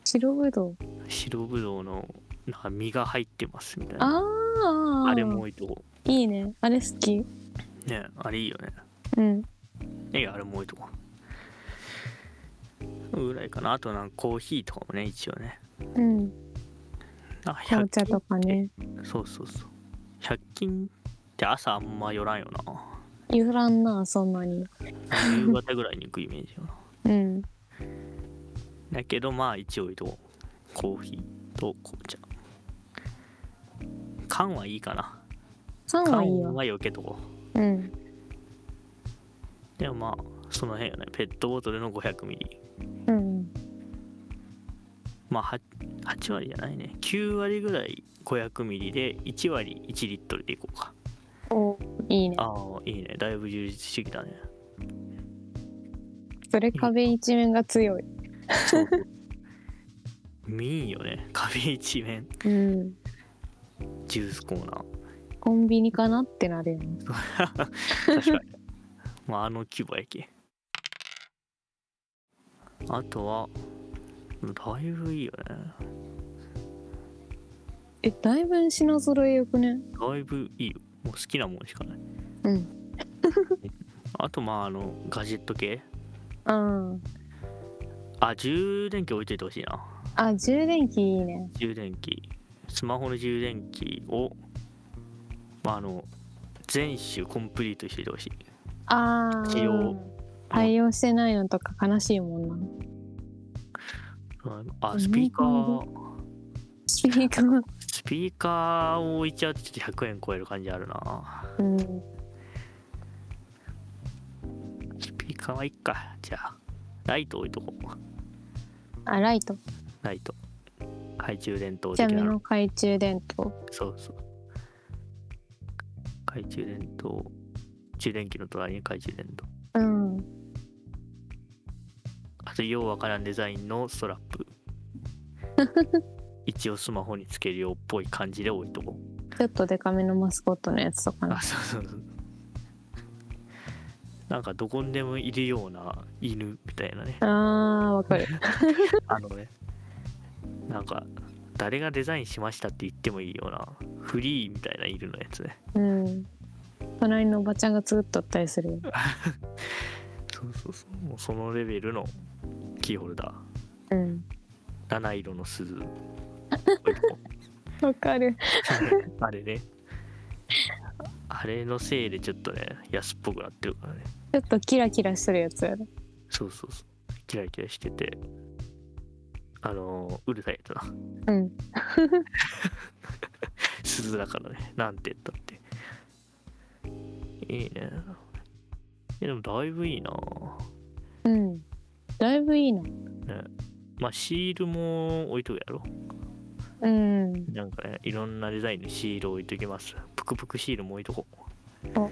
[SPEAKER 1] 白ぶどう
[SPEAKER 3] 白ぶどうのなんか実が入ってますみたいな
[SPEAKER 1] ああ
[SPEAKER 3] あれも置いとこ
[SPEAKER 1] いいねあれ好き
[SPEAKER 3] うねあれいいよね
[SPEAKER 1] うん
[SPEAKER 3] ええあれも置いとこうぐらいかなあとなんかコーヒーとかもね一応ね
[SPEAKER 1] うん
[SPEAKER 3] あ
[SPEAKER 1] 紅茶と
[SPEAKER 3] 均
[SPEAKER 1] かね
[SPEAKER 3] そうそうそう100均って朝あんま寄らんよな
[SPEAKER 1] 揺らんなそんなに
[SPEAKER 3] 夕方ぐらいに行くイメージよな
[SPEAKER 1] うん
[SPEAKER 3] だけどまあ一応置いとこうコーヒーと紅茶缶はいいかな
[SPEAKER 1] 缶
[SPEAKER 3] 缶
[SPEAKER 1] はいいよ
[SPEAKER 3] は避けとこう
[SPEAKER 1] うん
[SPEAKER 3] でもまあその辺よねペットボトルの500ミリ
[SPEAKER 1] うん
[SPEAKER 3] まあ 8, 8割じゃないね9割ぐらい500ミリで1割1リットルでいこうか
[SPEAKER 1] おいいね
[SPEAKER 3] ああいいねだいぶ充実してきたね
[SPEAKER 1] それ壁一面が強い
[SPEAKER 3] そう見んよね壁一面
[SPEAKER 1] うん
[SPEAKER 3] ジュースコーナー
[SPEAKER 1] コンビニかなってなれるの
[SPEAKER 3] 確かにまああの規模やけあとはだいぶいいよね
[SPEAKER 1] えだいぶ品揃えよくね
[SPEAKER 3] だいぶいいよもう好きなもんしかない
[SPEAKER 1] うん
[SPEAKER 3] あとまああのガジェット系
[SPEAKER 1] うん
[SPEAKER 3] あ充電器置いといてほしいな
[SPEAKER 1] あ充電器いいね
[SPEAKER 3] 充電器スマホの充電器を、まあ、あの全種コンプリートしててほしい
[SPEAKER 1] ああ
[SPEAKER 3] 一応
[SPEAKER 1] 対応してないのとか悲しいもんな
[SPEAKER 3] うんあ
[SPEAKER 1] うん
[SPEAKER 3] スピーカ
[SPEAKER 1] な
[SPEAKER 3] ー
[SPEAKER 1] スピーカー
[SPEAKER 3] スピーカーを置いちゃうとちょっと100円超える感じあるな
[SPEAKER 1] うん
[SPEAKER 3] スピーカーはいっかじゃあライト置いとこう
[SPEAKER 1] あライト
[SPEAKER 3] ライト懐中電灯
[SPEAKER 1] じゃ
[SPEAKER 3] 的
[SPEAKER 1] 目
[SPEAKER 3] な
[SPEAKER 1] の懐中電灯
[SPEAKER 3] そうそう懐中電灯充電器の隣に懐中電灯
[SPEAKER 1] うん
[SPEAKER 3] あとようわからんデザインのストラッ プ一応スマホにつけるようっぽい感じで置いとこう
[SPEAKER 1] ちょっとデカめのマスコットのやつとかね
[SPEAKER 3] あそうそうそうなんかどこにでもいるような犬みたいなね
[SPEAKER 1] あーわかる
[SPEAKER 3] あのねなんか誰がデザインしましたって言ってもいいようなフリーみたいな犬のやつね
[SPEAKER 1] うん隣のおばちゃんが作っとったりするよ
[SPEAKER 3] そうそうそうもうそのレベルのキーホルダ
[SPEAKER 1] うん
[SPEAKER 3] ー七色の鈴 置いとこう
[SPEAKER 1] わかる
[SPEAKER 3] あれね。あれのせいでちょっとね、安っぽくなってるからね。
[SPEAKER 1] ちょっとキラキラするやつやろ
[SPEAKER 3] そうそうそう。キラキラしてて。あのーうるさいやつな。
[SPEAKER 1] うん
[SPEAKER 3] 鈴だからね。なんて言ったって。いいね。えでもだいぶいいな。
[SPEAKER 1] うんだいぶいいな
[SPEAKER 3] まあ、シールも置いとくやろ。
[SPEAKER 1] うん
[SPEAKER 3] なんかね、いろんなデザインのシール置いときます。ぷくぷくシールも置いとこう。
[SPEAKER 1] お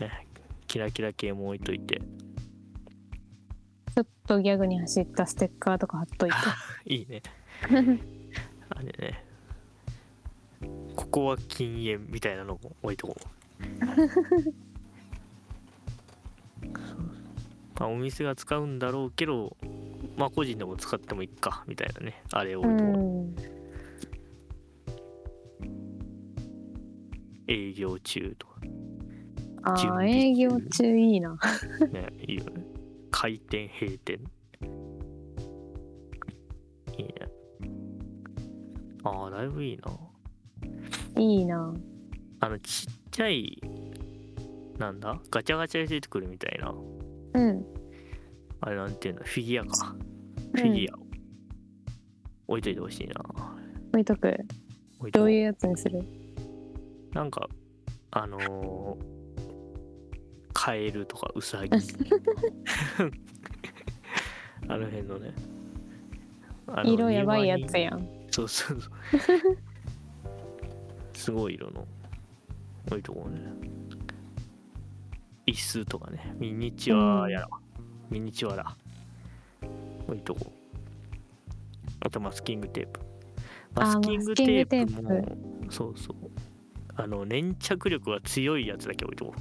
[SPEAKER 3] ね、キラキラ系も置いといて。
[SPEAKER 1] ちょっとギャグに走ったステッカーとか貼っといて
[SPEAKER 3] いいね。あれね。ここは禁煙みたいなのも置いとこう。まあ、お店が使うんだろうけど、まあ個人でも使ってもいいかみたいなね、あれを
[SPEAKER 1] う
[SPEAKER 3] 置いとこう。
[SPEAKER 1] ん
[SPEAKER 3] 営業中とか
[SPEAKER 1] あ
[SPEAKER 3] 準
[SPEAKER 1] ー
[SPEAKER 3] 備
[SPEAKER 1] 営業中いいな
[SPEAKER 3] ね、いいよね。開店、閉店。いいね。ああ、だいぶいいな。
[SPEAKER 1] いいな
[SPEAKER 3] あの、ちっちゃい、なんだガチャガチャで出てくるみたいな。
[SPEAKER 1] うん
[SPEAKER 3] あれなんていうのフィギュアか。フィギュアを、置いといてほしいな。
[SPEAKER 1] 置いとく
[SPEAKER 3] 置いと
[SPEAKER 1] ど
[SPEAKER 3] こ
[SPEAKER 1] ういうやつにする
[SPEAKER 3] なんか、あのカエルとかウサ ギ あの辺のねあの
[SPEAKER 1] 色やばいやつ
[SPEAKER 3] ん
[SPEAKER 1] やん。
[SPEAKER 3] そうそうそうすごい色の多いところね椅子とかねミニチュアやら、ミニチュアだ多いとこあとマスキングテープマスキングテープも
[SPEAKER 1] あマスキング
[SPEAKER 3] そうそうあの粘着力が強いやつだけ置いとこう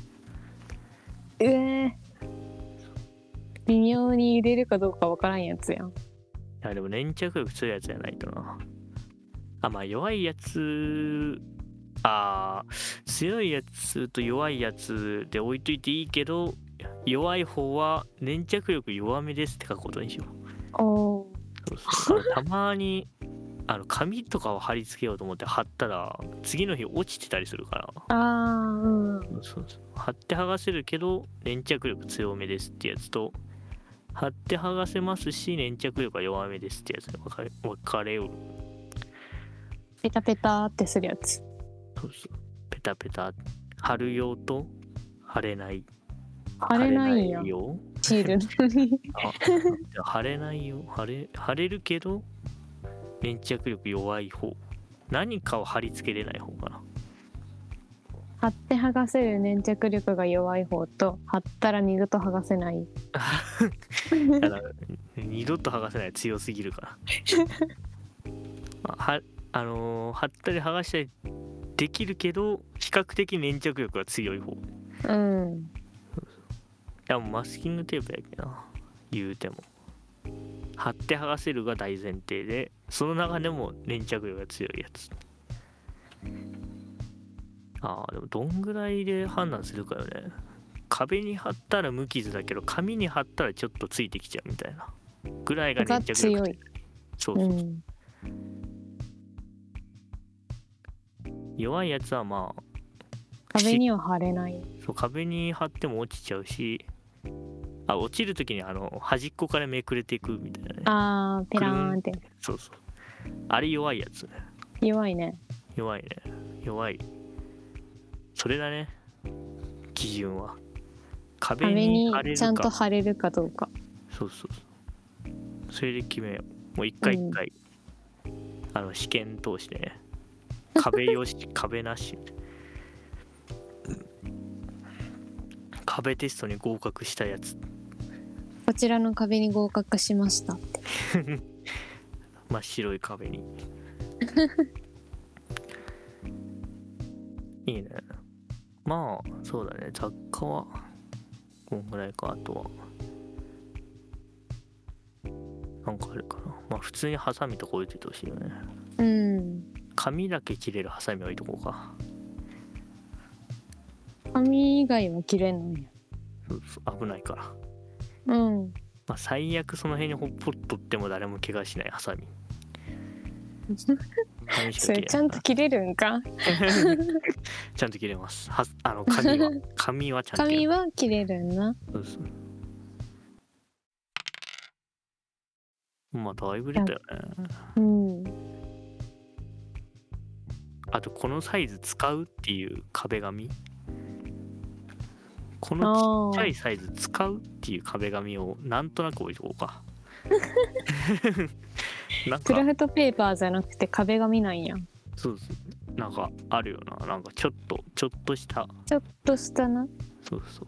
[SPEAKER 1] ええ微妙に入れるかどうかわからんやつやん。
[SPEAKER 3] いやでも粘着力強いやつじゃないとな。あ、まあ弱いやつ、あー強いやつと弱いやつで置いといていいけど、弱い方は粘着力弱めですって書くことにしよう。
[SPEAKER 1] おお。
[SPEAKER 3] そうそうあのたまにあの紙とかを貼り付けようと思って貼ったら次の日落ちてたりするから
[SPEAKER 1] ああ、うん。
[SPEAKER 3] そうそう貼って剥がせるけど粘着力強めですってやつと貼って剥がせますし粘着力は弱めですってやつに分かれ分かれよう
[SPEAKER 1] ペタペタってするやつ。
[SPEAKER 3] そうそう。ペタペタ。貼る用と貼れない。
[SPEAKER 1] 貼れないんや
[SPEAKER 3] 貼れ用
[SPEAKER 1] シールなの に。
[SPEAKER 3] じゃあ貼れないよ。貼れ貼れるけど、粘着力弱い方。何かを貼り付けれない方かな。
[SPEAKER 1] 貼って剥がせる粘着力が弱い方と貼ったら二度と剥がせない。
[SPEAKER 3] だから二度と剥がせない強すぎるから あはあのー貼ったり剥がしたりできるけど比較的粘着力が強い方い
[SPEAKER 1] うん。
[SPEAKER 3] やもうマスキングテープやけな言うても貼って剥がせるが大前提でその中でも粘着力が強いやつあーでもどんぐらいで判断するかよね壁に貼ったら無傷だけど紙に貼ったらちょっとついてきちゃうみたいなぐらいが
[SPEAKER 1] が
[SPEAKER 3] 粘着力
[SPEAKER 1] 強い。
[SPEAKER 3] そうそうう、
[SPEAKER 1] ん。
[SPEAKER 3] 弱いやつはまあ
[SPEAKER 1] 壁には貼れない。
[SPEAKER 3] そう壁に貼っても落ちちゃうしあ落ちる時にあの端っこからめくれていくみたいなね
[SPEAKER 1] ああ、ペラーンって。
[SPEAKER 3] そうそうあれ弱いやつね
[SPEAKER 1] 弱いね。
[SPEAKER 3] 弱いね弱いそれだね基準は壁
[SPEAKER 1] 壁
[SPEAKER 3] に
[SPEAKER 1] に
[SPEAKER 3] 貼れる
[SPEAKER 1] ちゃんと
[SPEAKER 3] か
[SPEAKER 1] 貼れるかどうか。
[SPEAKER 3] そうそうそうそれで決めようもう一回一回、あの試験通して ね壁よし壁なし壁テストに合格したやつ
[SPEAKER 1] こちらの壁に合格しました。
[SPEAKER 3] 真っ白い 壁にいいねまあそうだね雑貨はこんぐらいかあとはなんかあるかなまあ普通にハサミとか置いててほしいよね
[SPEAKER 1] うん。
[SPEAKER 3] 髪だけ切れるハサミ置いとこうか
[SPEAKER 1] 紙以外は切れないや。
[SPEAKER 3] そうそう危ないから、
[SPEAKER 1] うん。
[SPEAKER 3] まあ、最悪その辺にほっぽっとっても誰も怪我しないハ サミ髪し
[SPEAKER 1] そ
[SPEAKER 3] か切
[SPEAKER 1] れ
[SPEAKER 3] れない
[SPEAKER 1] ちゃんと切れるんか。
[SPEAKER 3] ちゃんと切れます。はあの紙は紙はちゃんと切れ
[SPEAKER 1] 紙
[SPEAKER 3] ま
[SPEAKER 1] は切れるんな。
[SPEAKER 3] す。そうそうまあだいぶ出たよね。
[SPEAKER 1] うん。
[SPEAKER 3] あとこのサイズ使うっていう壁紙。このちっちゃいサイズ使うっていう壁紙をなんとなく置いとこうか。 なん
[SPEAKER 1] ク
[SPEAKER 3] か
[SPEAKER 1] ラフトペーパーじゃなくて壁紙なんや。
[SPEAKER 3] そうそうなんかあるよななんかちょっとちょっとした
[SPEAKER 1] ちょっとしたな。
[SPEAKER 3] そうそう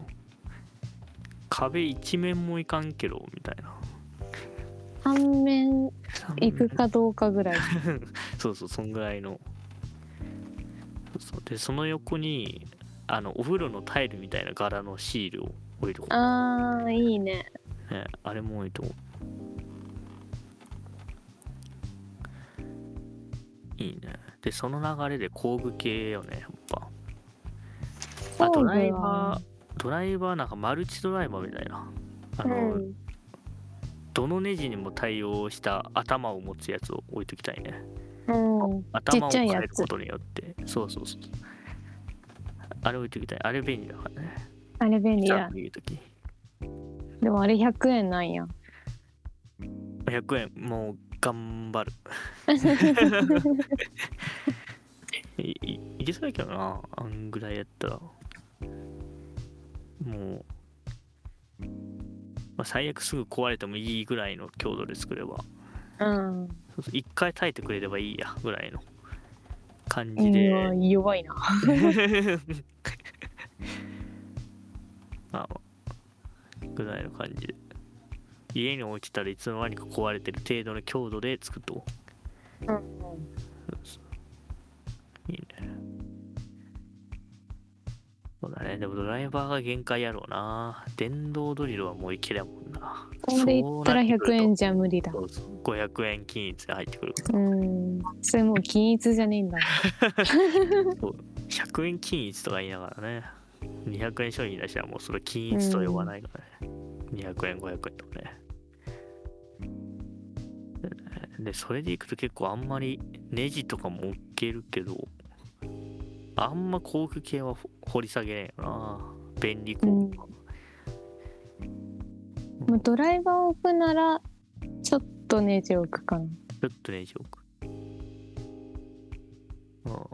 [SPEAKER 3] 壁一面もいかんけどみたいな。
[SPEAKER 1] 半面行くかどうかぐら い。
[SPEAKER 3] そうそうそんぐらいのそうそうでその横にあのお風呂のタイルみたいな柄のシールを置いとこう
[SPEAKER 1] ああ、いいね。
[SPEAKER 3] ね、あれも置いとこういいねでその流れで工具系よねやっぱあドライバードライバーなんかマルチドライバーみたいなあ
[SPEAKER 1] う
[SPEAKER 3] の、
[SPEAKER 1] ん。
[SPEAKER 3] どのネジにも対応した頭を持つやつを置いときたいね
[SPEAKER 1] うん。
[SPEAKER 3] 頭を
[SPEAKER 1] ちっちゃい
[SPEAKER 3] 変
[SPEAKER 1] や
[SPEAKER 3] え
[SPEAKER 1] つ
[SPEAKER 3] ることによってそうそうそうあれ置いときたいあれ便利だからね
[SPEAKER 1] あれ便利
[SPEAKER 3] ジャ
[SPEAKER 1] だ
[SPEAKER 3] ン。プいう時
[SPEAKER 1] でもあれ100円なんや。
[SPEAKER 3] 100円もう頑張るいいいけそうだけどなあんぐらいやったらもう、まあ、最悪すぐ壊れてもいいぐらいの強度で作れば
[SPEAKER 1] うん。
[SPEAKER 3] そうそう一回耐えてくれればいいやぐらいの感じ
[SPEAKER 1] い
[SPEAKER 3] で
[SPEAKER 1] や弱いな。
[SPEAKER 3] まあぐらいの感じで家に置いてたらいつの間にか壊れてる程度の強度で作っとこう
[SPEAKER 1] うん
[SPEAKER 3] そうそういいねそうだねでもドライバーが限界やろうな電動ドリルはもういけりゃもんな
[SPEAKER 1] これで言ったら100円
[SPEAKER 3] じ
[SPEAKER 1] じゃ無理だ。
[SPEAKER 3] 500円均一で入ってくる
[SPEAKER 1] うん。それもう均一じゃねえんだ。
[SPEAKER 3] 100円均一とか言いながらね200円商品出したらもうそれ均一と呼ばないからね、200円500円とかねでそれでいくと結構あんまりネジとかも置けるけどあんま工具系はほ掘り下げねえよな便利工具、
[SPEAKER 1] まあ、ドライバーを置くなら、ちょっとネジを置くかな。
[SPEAKER 3] ちょっとネジ置くうん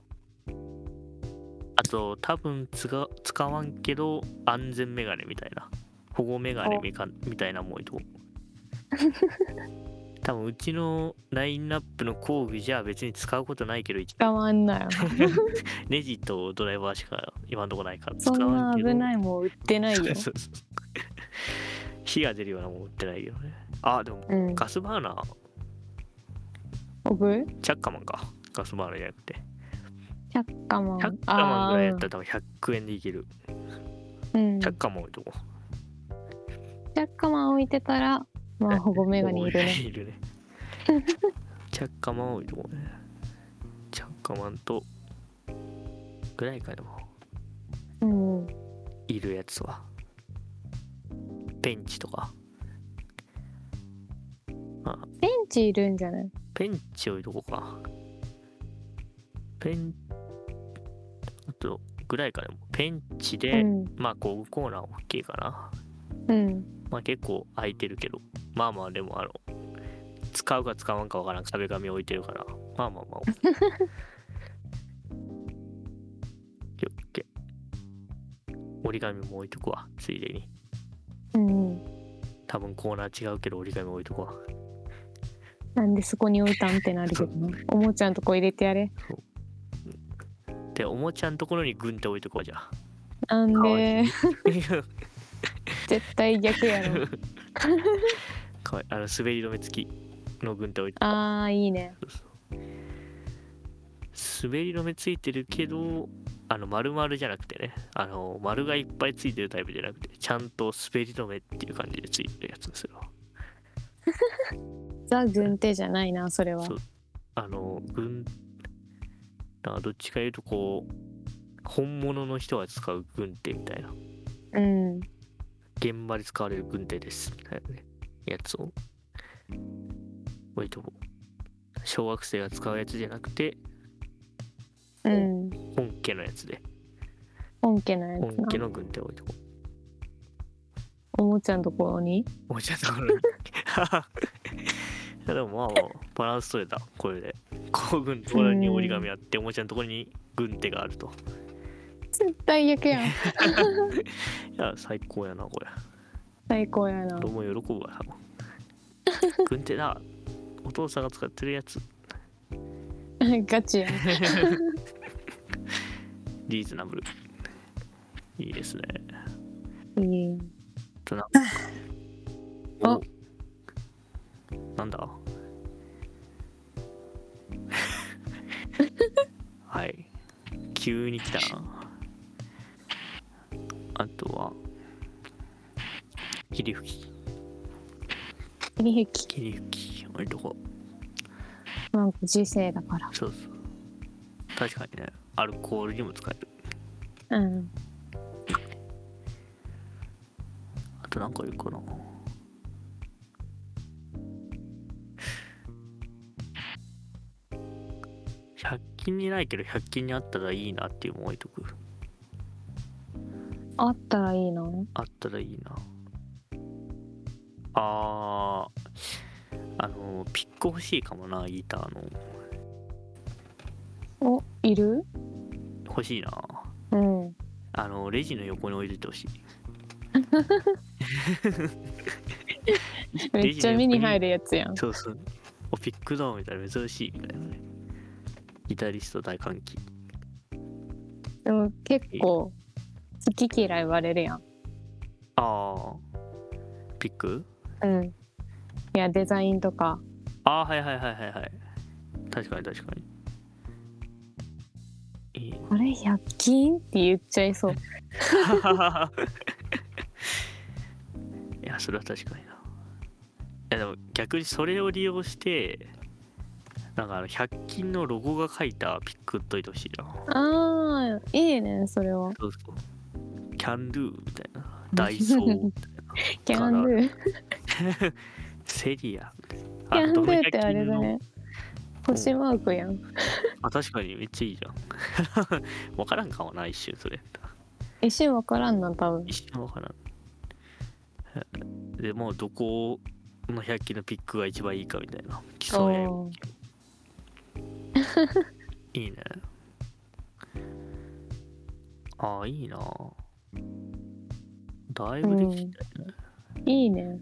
[SPEAKER 3] あと多分つが使わんけど安全メガネみたいな保護メガネみかみたいなもんいとこ 多分うちのラインナップの工具じゃ別に使うことないけど一
[SPEAKER 1] 使わんなよ。
[SPEAKER 3] ネジとドライバーしか今んとこないから使
[SPEAKER 1] そん
[SPEAKER 3] わ
[SPEAKER 1] なん
[SPEAKER 3] けど。
[SPEAKER 1] 危ないもん売ってないよ
[SPEAKER 3] そうそうそう 火が出るようなもん売ってないよねあでも
[SPEAKER 1] うん。
[SPEAKER 3] ガスバーナー
[SPEAKER 1] 置く
[SPEAKER 3] チャッカマンかガスバーナーじゃなくて
[SPEAKER 1] 100かも。
[SPEAKER 3] 100カマ
[SPEAKER 1] あ
[SPEAKER 3] ンぐ
[SPEAKER 1] あ
[SPEAKER 3] らいやったら多分100円でいける。
[SPEAKER 1] ー、うん。
[SPEAKER 3] 100カマン置いとこ
[SPEAKER 1] 100かも置いてたら、
[SPEAKER 3] う。
[SPEAKER 1] まあ、保護メガネいるね。
[SPEAKER 3] い るね。100カマン置いとこうね。100カマンと、ぐらいかでも、
[SPEAKER 1] うん。
[SPEAKER 3] いるやつは。ペンチとか。
[SPEAKER 1] ベンチいるんじゃない
[SPEAKER 3] ペンチ置いとこうか。ペン、あと、ぐらいかでも、ペンチで、
[SPEAKER 1] うん。
[SPEAKER 3] まあ、工具コーナー大きいかな。
[SPEAKER 1] うん。
[SPEAKER 3] まあ結構空いてるけど、まあまあでもあの、使うか使わんかわからん壁紙置いてるから、まあまあまあ。オッケー折り紙も置いとくわ、ついでに。
[SPEAKER 1] うん。
[SPEAKER 3] 多分コーナー違うけど折り紙置いとくわ。
[SPEAKER 1] なんでそこに置いたんってなるけどな。おもちゃのとこ入れてやれ。
[SPEAKER 3] で、おもちゃのところに軍手置いとくわ、じゃあ。
[SPEAKER 1] なん
[SPEAKER 3] かわい
[SPEAKER 1] で
[SPEAKER 3] い、
[SPEAKER 1] 絶対逆やろ。
[SPEAKER 3] かわいいあの、滑り止め付きの軍手置いとくわ
[SPEAKER 1] ああ、いいね。
[SPEAKER 3] 滑り止めついてるけどあの丸々じゃなくてねあの丸がいっぱいついてるタイプじゃなくてちゃんと滑り止めっていう感じでついてるやつですよ
[SPEAKER 1] ザ・軍手じゃないな、それは
[SPEAKER 3] そ。うあの軍なんかどっちかいうとこう本物の人が使う軍手みたいな
[SPEAKER 1] うん。
[SPEAKER 3] 現場で使われる軍手ですみたいなねやつを置いとこう小学生が使うやつじゃなくて
[SPEAKER 1] うん。
[SPEAKER 3] 本家のやつで
[SPEAKER 1] 本家のやつ
[SPEAKER 3] 本家
[SPEAKER 1] な。
[SPEAKER 3] の軍手を置いとこう
[SPEAKER 1] おもちゃのところに。
[SPEAKER 3] もうちょっとこれいやでもまあバランス取れたこれでこう軍のところに折り紙あっておもちゃのところに軍手があると
[SPEAKER 1] 絶対逆 やん。
[SPEAKER 3] いや最高やなこれ
[SPEAKER 1] 最高やな
[SPEAKER 3] 子。供喜ぶわ多分軍手だお父さんが使ってるやつ
[SPEAKER 1] ガチやん。
[SPEAKER 3] リーズナブルいいですね
[SPEAKER 1] いいあ
[SPEAKER 3] おなんだはい急に来たなあとは霧吹き
[SPEAKER 1] 利益
[SPEAKER 3] 霧吹きあれとこ
[SPEAKER 1] なんか時世だか
[SPEAKER 3] そうそう確かにねアルコールにも使える
[SPEAKER 1] ら。うん。
[SPEAKER 3] あとなんかいるかな100均にないけど100均にあったらいいなっていうもん置いとく
[SPEAKER 1] あったらいいな。
[SPEAKER 3] あったらいいなあーあのピック欲しいかもなギターの
[SPEAKER 1] おいる
[SPEAKER 3] 欲しいな
[SPEAKER 1] うん
[SPEAKER 3] あのレジの横に置いててほしい
[SPEAKER 1] めっちゃ目に入るやつやん
[SPEAKER 3] そうそうおピックダウンみたいな珍しいみたいなねギタリスト大歓喜
[SPEAKER 1] でも結構好き嫌い言われるやん
[SPEAKER 3] ああピック
[SPEAKER 1] うんいやデザインとか
[SPEAKER 3] ああはいはいはいはいはい確かに確かにえー
[SPEAKER 1] これ100均って言っちゃいそう
[SPEAKER 3] いやそれは確かにないやでも逆にそれを利用してなんかあの100均のロゴが書いたピックっといてほしいな
[SPEAKER 1] あーいいねそれは
[SPEAKER 3] そうそうキャンドゥみたい なダイソーみたいな
[SPEAKER 1] キャンドゥ
[SPEAKER 3] セリアみたい
[SPEAKER 1] キ
[SPEAKER 3] な
[SPEAKER 1] ャンド
[SPEAKER 3] ド
[SPEAKER 1] ゥ
[SPEAKER 3] メ
[SPEAKER 1] ってあれだね星マークやん
[SPEAKER 3] あ確かにめっちゃいいじゃん わからんかもな一瞬それ
[SPEAKER 1] 一瞬わからんな多分
[SPEAKER 3] 一瞬わからんでもうどこの100均のピックが一番いいかみたいな競い合いを
[SPEAKER 1] おー
[SPEAKER 3] いいねああいいなだいぶできたよね、
[SPEAKER 1] いいね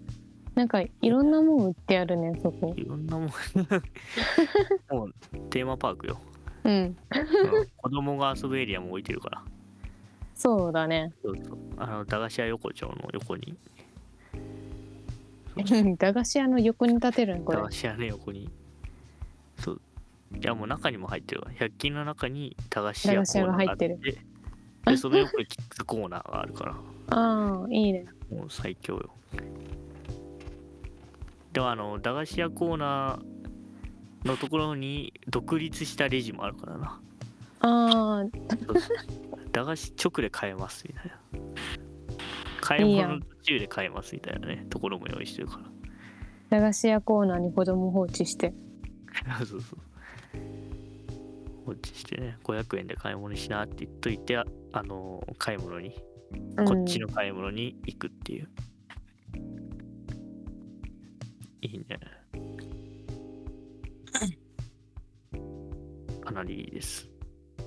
[SPEAKER 1] なんかいろんなもん売ってあるねそこ
[SPEAKER 3] いろんなもん もうテーマパークよ、
[SPEAKER 1] うん
[SPEAKER 3] うん子供が遊ぶエリアも置いてるから
[SPEAKER 1] そうだね
[SPEAKER 3] そうそうあの駄菓子屋横丁の横に
[SPEAKER 1] うん駄菓子屋の横に立てるんこれ
[SPEAKER 3] 駄菓子屋の横にそういやもう中にも入ってるわ100均の中に駄菓子屋コーナーがあって
[SPEAKER 1] 駄菓
[SPEAKER 3] でその横にキッズコーナーがあるから
[SPEAKER 1] ああいいね
[SPEAKER 3] もう最強よでもあの駄菓子屋コーナーのところに独立したレジもあるからな
[SPEAKER 1] ああ
[SPEAKER 3] 駄菓子直で買えますみたいな買い
[SPEAKER 1] いいや
[SPEAKER 3] 物
[SPEAKER 1] ん
[SPEAKER 3] の途中で買えますみたいなねところも用意してるから
[SPEAKER 1] 駄菓子屋コーナーに子供放置して
[SPEAKER 3] そうそうそう。放置してね、500円で買い物しなって言っといて、ああのー、買い物に、
[SPEAKER 1] うん
[SPEAKER 3] こっちの買い物に行くっていう。いいね。かなりいいです。
[SPEAKER 1] いい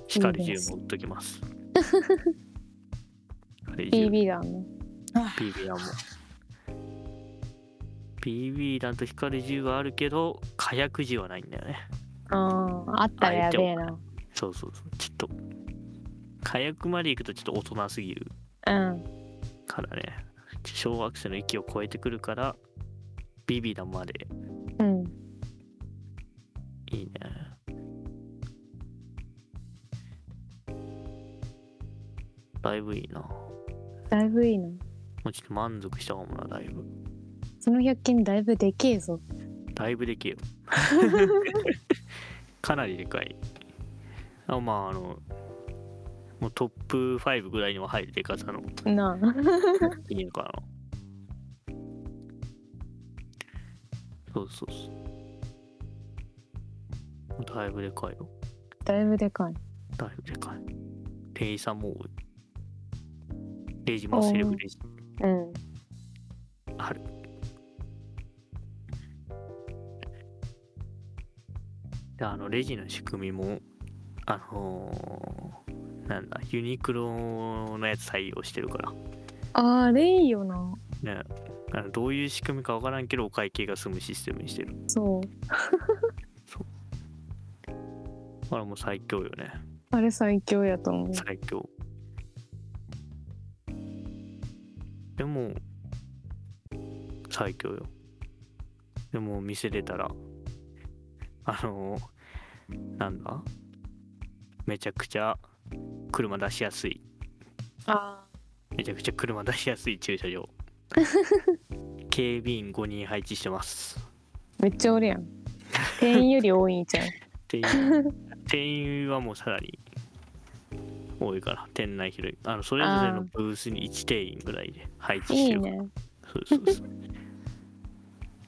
[SPEAKER 1] です
[SPEAKER 3] ヒカル銃も売っときます。あれ銃
[SPEAKER 1] BB 弾ね
[SPEAKER 3] BB 弾も。BB 弾と光る銃はあるけど、火薬銃はないんだよね。
[SPEAKER 1] あああったらやべえな
[SPEAKER 3] そうそうそう。ちょっと、火薬まで行くとちょっと大人すぎる
[SPEAKER 1] うん
[SPEAKER 3] からね。小学生の域を超えてくるから、BB 弾まで
[SPEAKER 1] うん
[SPEAKER 3] いいね。だいぶいいな。も
[SPEAKER 1] だいぶいいな
[SPEAKER 3] うちょっと満足したかもな、だいぶ。
[SPEAKER 1] その100均だいぶでけえぞ
[SPEAKER 3] だいぶでけえよ。かなりでかい。あまあ、あの、もうトップ5ぐらいにも入るでかさの
[SPEAKER 1] なあ
[SPEAKER 3] いいのかな。そうそうそう。だいぶでかいよ。
[SPEAKER 1] だいぶでかい
[SPEAKER 3] だいぶでかい。店員さんも多い。レジもセルフレジ
[SPEAKER 1] うん
[SPEAKER 3] ある。で、あの、レジの仕組みも、あのーなんだ、ユニクロのやつ採用してるから。
[SPEAKER 1] あれいいよな
[SPEAKER 3] ね、あのどういう仕組みかわからんけどお会計が済むシステムにしてる
[SPEAKER 1] そう
[SPEAKER 3] あれもう最強よね
[SPEAKER 1] あれ最強やと思う
[SPEAKER 3] 最強でも最強よでも店出たらあのなんだめちゃくちゃ車出しやすい
[SPEAKER 1] あ
[SPEAKER 3] めちゃくちゃ車出しやすい駐車場警備員5人配置してます
[SPEAKER 1] めっちゃおるやん店員より多いんちゃう
[SPEAKER 3] 店員 店員はもうさらに多いから店内広いあのそれぞれ
[SPEAKER 1] あ
[SPEAKER 3] の
[SPEAKER 1] ー
[SPEAKER 3] ブースに1店員ぐらいで配置し
[SPEAKER 1] い
[SPEAKER 3] て
[SPEAKER 1] い
[SPEAKER 3] るから
[SPEAKER 1] ね
[SPEAKER 3] そうそうそう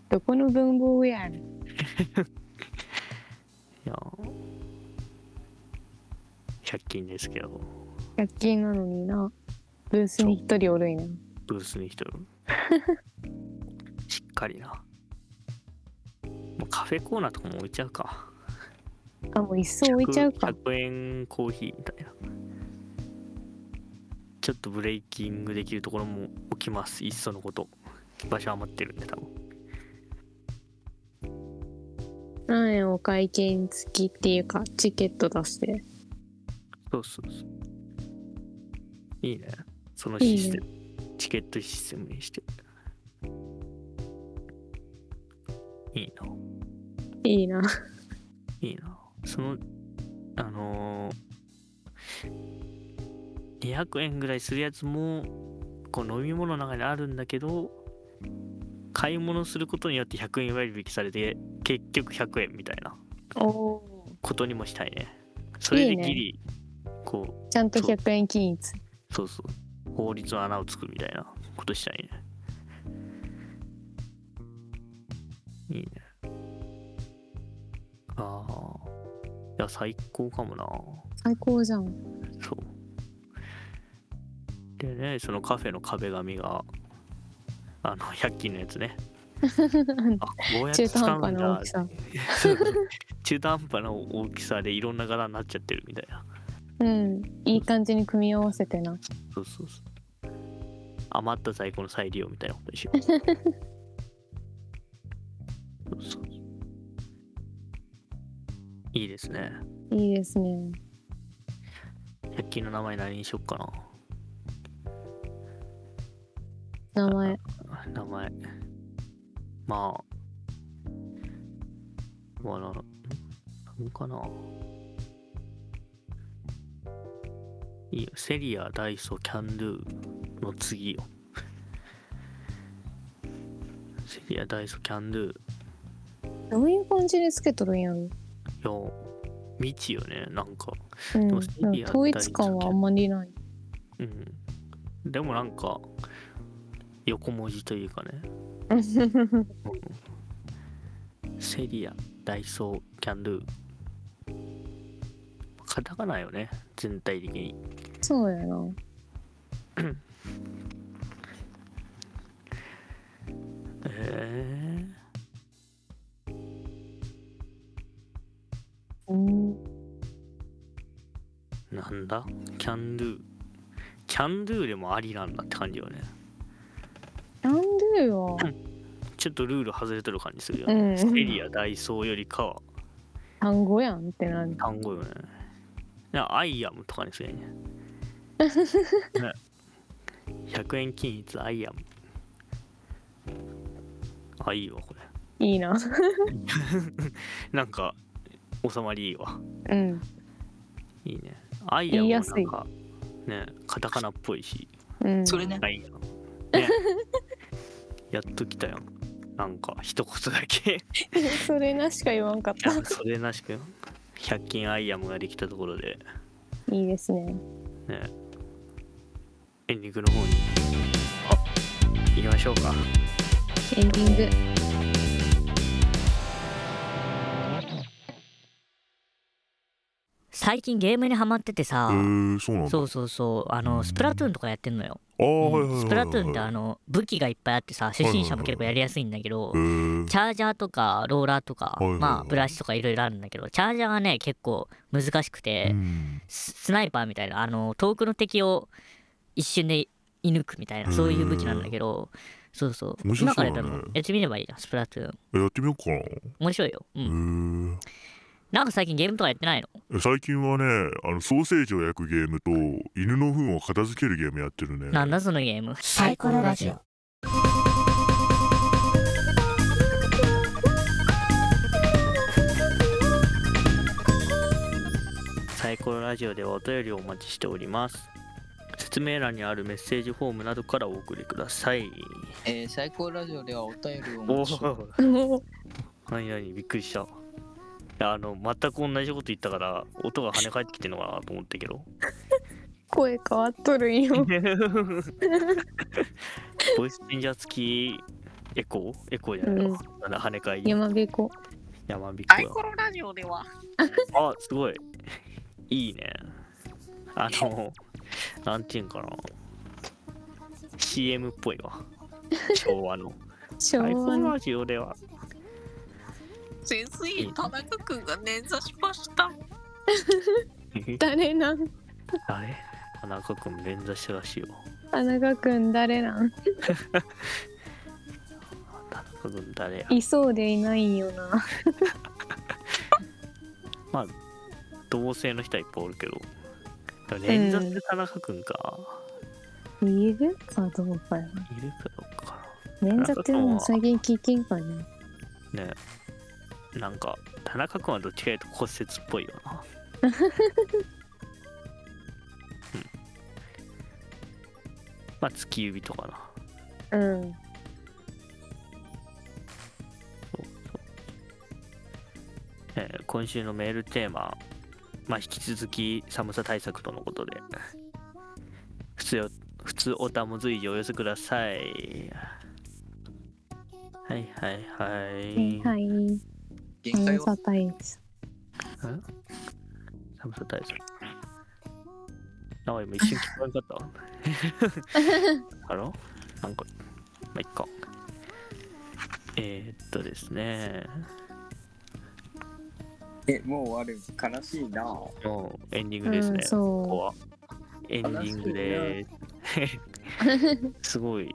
[SPEAKER 1] どこの文房具屋やねん
[SPEAKER 3] いやー100均ですけど
[SPEAKER 1] 100均なのになブースに一人おるんや
[SPEAKER 3] ブースに人 いるしっかりなもうカフェコーナーとかも置いちゃうか
[SPEAKER 1] あもう一層置いちゃうか
[SPEAKER 3] 100, 100円コーヒーみたいなちょっとブレイキングできるところも置きますいっそのこと場所余ってるんで多分
[SPEAKER 1] 何円お会計につきっていうかチケット出して
[SPEAKER 3] そうそうそういいねそのシステムチケットシステムにしていいない
[SPEAKER 1] いない
[SPEAKER 3] いな。その、あのー、200円ぐらいするやつも、こう飲み物の中にあるんだけど、買い物することによって100円割引されて、結局100円みたいな
[SPEAKER 1] おお
[SPEAKER 3] ことにもしたいね。それでギリ、こう、
[SPEAKER 1] ちゃんと
[SPEAKER 3] そう
[SPEAKER 1] 100円均一
[SPEAKER 3] そうそう、法律の穴をつくみたいなことしたいね。いいね。ああ。いや、最高かもな。
[SPEAKER 1] 最高じゃん
[SPEAKER 3] そう。でね、そのカフェの壁紙が、あの、100均のや つね。あ、こうやって
[SPEAKER 1] 中途
[SPEAKER 3] 使
[SPEAKER 1] 半
[SPEAKER 3] う
[SPEAKER 1] 端
[SPEAKER 3] ん
[SPEAKER 1] な
[SPEAKER 3] だ
[SPEAKER 1] 大き。さ
[SPEAKER 3] そう中途半端な大きさでいろんな柄になっちゃってるみたいな。
[SPEAKER 1] うんいい感じに組み合わせてな
[SPEAKER 3] そうそうそう。余った在庫の再利用みたいなことでしょ。そうそういいですね。
[SPEAKER 1] いいですね
[SPEAKER 3] 100均の名前何にしよっかな
[SPEAKER 1] 名前。
[SPEAKER 3] 名前。まあ。まあな、なんかな。いいよ。セリア、ダイソー、キャンドゥの次よ。セリア、ダイソー、キャンドゥ。
[SPEAKER 1] どういう感じでつけとるんやろ
[SPEAKER 3] いや、未知よね、なんか。
[SPEAKER 1] うんな
[SPEAKER 3] でも
[SPEAKER 1] ん
[SPEAKER 3] セ
[SPEAKER 1] か
[SPEAKER 3] リア
[SPEAKER 1] 統一感はあんまりない
[SPEAKER 3] うん。でもなんか、横文字というかね、 セリア、ダイソー、キャンドゥ。カタカナよね、全体的に。
[SPEAKER 1] そうやな
[SPEAKER 3] え
[SPEAKER 1] うん
[SPEAKER 3] ー、なんだキャンドゥ。キャンドゥでもありなんだって感じよね。
[SPEAKER 1] キャンドゥは
[SPEAKER 3] ちょっとルール外れてる感じするよ
[SPEAKER 1] う
[SPEAKER 3] ね。
[SPEAKER 1] ん
[SPEAKER 3] セリア、ダイソーよりかは
[SPEAKER 1] 単語やんってなる
[SPEAKER 3] 単語よね。いやアイアムとかにするよね。 ね100円均一アイアム。あ、いいわ、これ。
[SPEAKER 1] いいな
[SPEAKER 3] なんか、収まりいいわ。
[SPEAKER 1] うん
[SPEAKER 3] いいね。アイアム
[SPEAKER 1] 言い
[SPEAKER 3] も
[SPEAKER 1] や
[SPEAKER 3] な
[SPEAKER 1] すい
[SPEAKER 3] んか、ね、カタカナっぽいし。
[SPEAKER 1] うん
[SPEAKER 2] それね
[SPEAKER 3] アイアム。ね、やっときたよ。なんか、一言だけ。
[SPEAKER 1] それなしか言わんかっ
[SPEAKER 3] い
[SPEAKER 1] た
[SPEAKER 3] やそれなしく、100均アイアムができたところで、
[SPEAKER 1] いいですね
[SPEAKER 3] ね、エンディングの方に、あ、行きましょうか。
[SPEAKER 1] エンディング
[SPEAKER 8] 最近ゲームにハマっててさ、
[SPEAKER 9] へー、そうなんだ。
[SPEAKER 8] そうそうそうあのスプラトゥーンとかやってんのよ、
[SPEAKER 9] あーはいはいはいはい。
[SPEAKER 8] スプラトゥーンってあ
[SPEAKER 9] の。
[SPEAKER 8] の武器がいっぱいあってさ初心者も結構やりやすいんだけど、
[SPEAKER 9] へー
[SPEAKER 8] チャージャーとかローラーとか、
[SPEAKER 9] はいはいはい
[SPEAKER 8] まあブラシとかいろいろあるんだけどチャージャーがね結構難しくて、
[SPEAKER 9] うん
[SPEAKER 8] ススナイパーみたいなあの遠くの敵を一瞬で射抜くみたいなそういう武器なんだけど、そうそう
[SPEAKER 9] 面白
[SPEAKER 8] 今
[SPEAKER 9] そ
[SPEAKER 8] か
[SPEAKER 9] う
[SPEAKER 8] ら
[SPEAKER 9] だね
[SPEAKER 8] やったのやってみればいいじゃんスプラトゥーン
[SPEAKER 9] えやってみようかな。へ
[SPEAKER 8] 面白いようん、
[SPEAKER 9] ー
[SPEAKER 8] なんか最近ゲームとかやってないの
[SPEAKER 9] え最近はね、あのソーセージを焼くゲームと犬の糞を片付けるゲームやってるね。
[SPEAKER 8] なんだそのゲーム
[SPEAKER 6] サイコロラジオ
[SPEAKER 3] サイコロラジオではお便りをお待ちしております。説明欄にあるメッセージフォームなどからお送りください。
[SPEAKER 2] えー、最高ラジオではお便りをお
[SPEAKER 3] お
[SPEAKER 2] 待ちして
[SPEAKER 3] お、何何びっくりした。いやあの、全く同じこと言ったから、音が跳ね返ってきてるのかなと思ったけど。
[SPEAKER 1] 声変わっとるんよ
[SPEAKER 3] ボイスチェンジャー付きエコーエコーじゃないわ。あの跳ね返 り。
[SPEAKER 1] 山べこ
[SPEAKER 3] やまびこ。サイコロラジオでは。あ、すごい。いいね。あの、なんていうんかな。CM っ ぽいわ。昭和の。
[SPEAKER 1] 昭
[SPEAKER 3] サイコ
[SPEAKER 1] 和
[SPEAKER 3] ロ
[SPEAKER 1] の
[SPEAKER 3] ラジオでは。
[SPEAKER 10] 先生、田中くんが捻挫しました。
[SPEAKER 1] 誰なん
[SPEAKER 3] あれ田中君連座してらしいよ。
[SPEAKER 1] 田中くん誰なん
[SPEAKER 3] 田中君誰や
[SPEAKER 1] いそうでいないよな。
[SPEAKER 3] まあ、同性の人はいっぱいおるけど。でも連座する田中君か。
[SPEAKER 1] いるかどうかよ。
[SPEAKER 3] いるかどうか
[SPEAKER 1] 捻挫ってもう最近聞けんかね。
[SPEAKER 3] な。ねえなんか、田中君はどっちかというと骨折っぽいよ な。まあ、突き指とかな。
[SPEAKER 1] うん。
[SPEAKER 3] えー今週のメールテーマ、まあ、引き続き寒さ対策とのことで普通よ普通おたも随時お寄せくださいはいはいはい、
[SPEAKER 1] はい。
[SPEAKER 3] 限
[SPEAKER 1] 寒
[SPEAKER 3] 界は
[SPEAKER 1] さ対策。
[SPEAKER 3] ん寒さ対策なんか今一瞬聞こえんかったあらなんかまあいっかえー、っとですね
[SPEAKER 2] え、もう終わる。悲しいな。
[SPEAKER 3] もうエンディングですね、
[SPEAKER 2] うんそう
[SPEAKER 3] ここはエンディングでーすすごい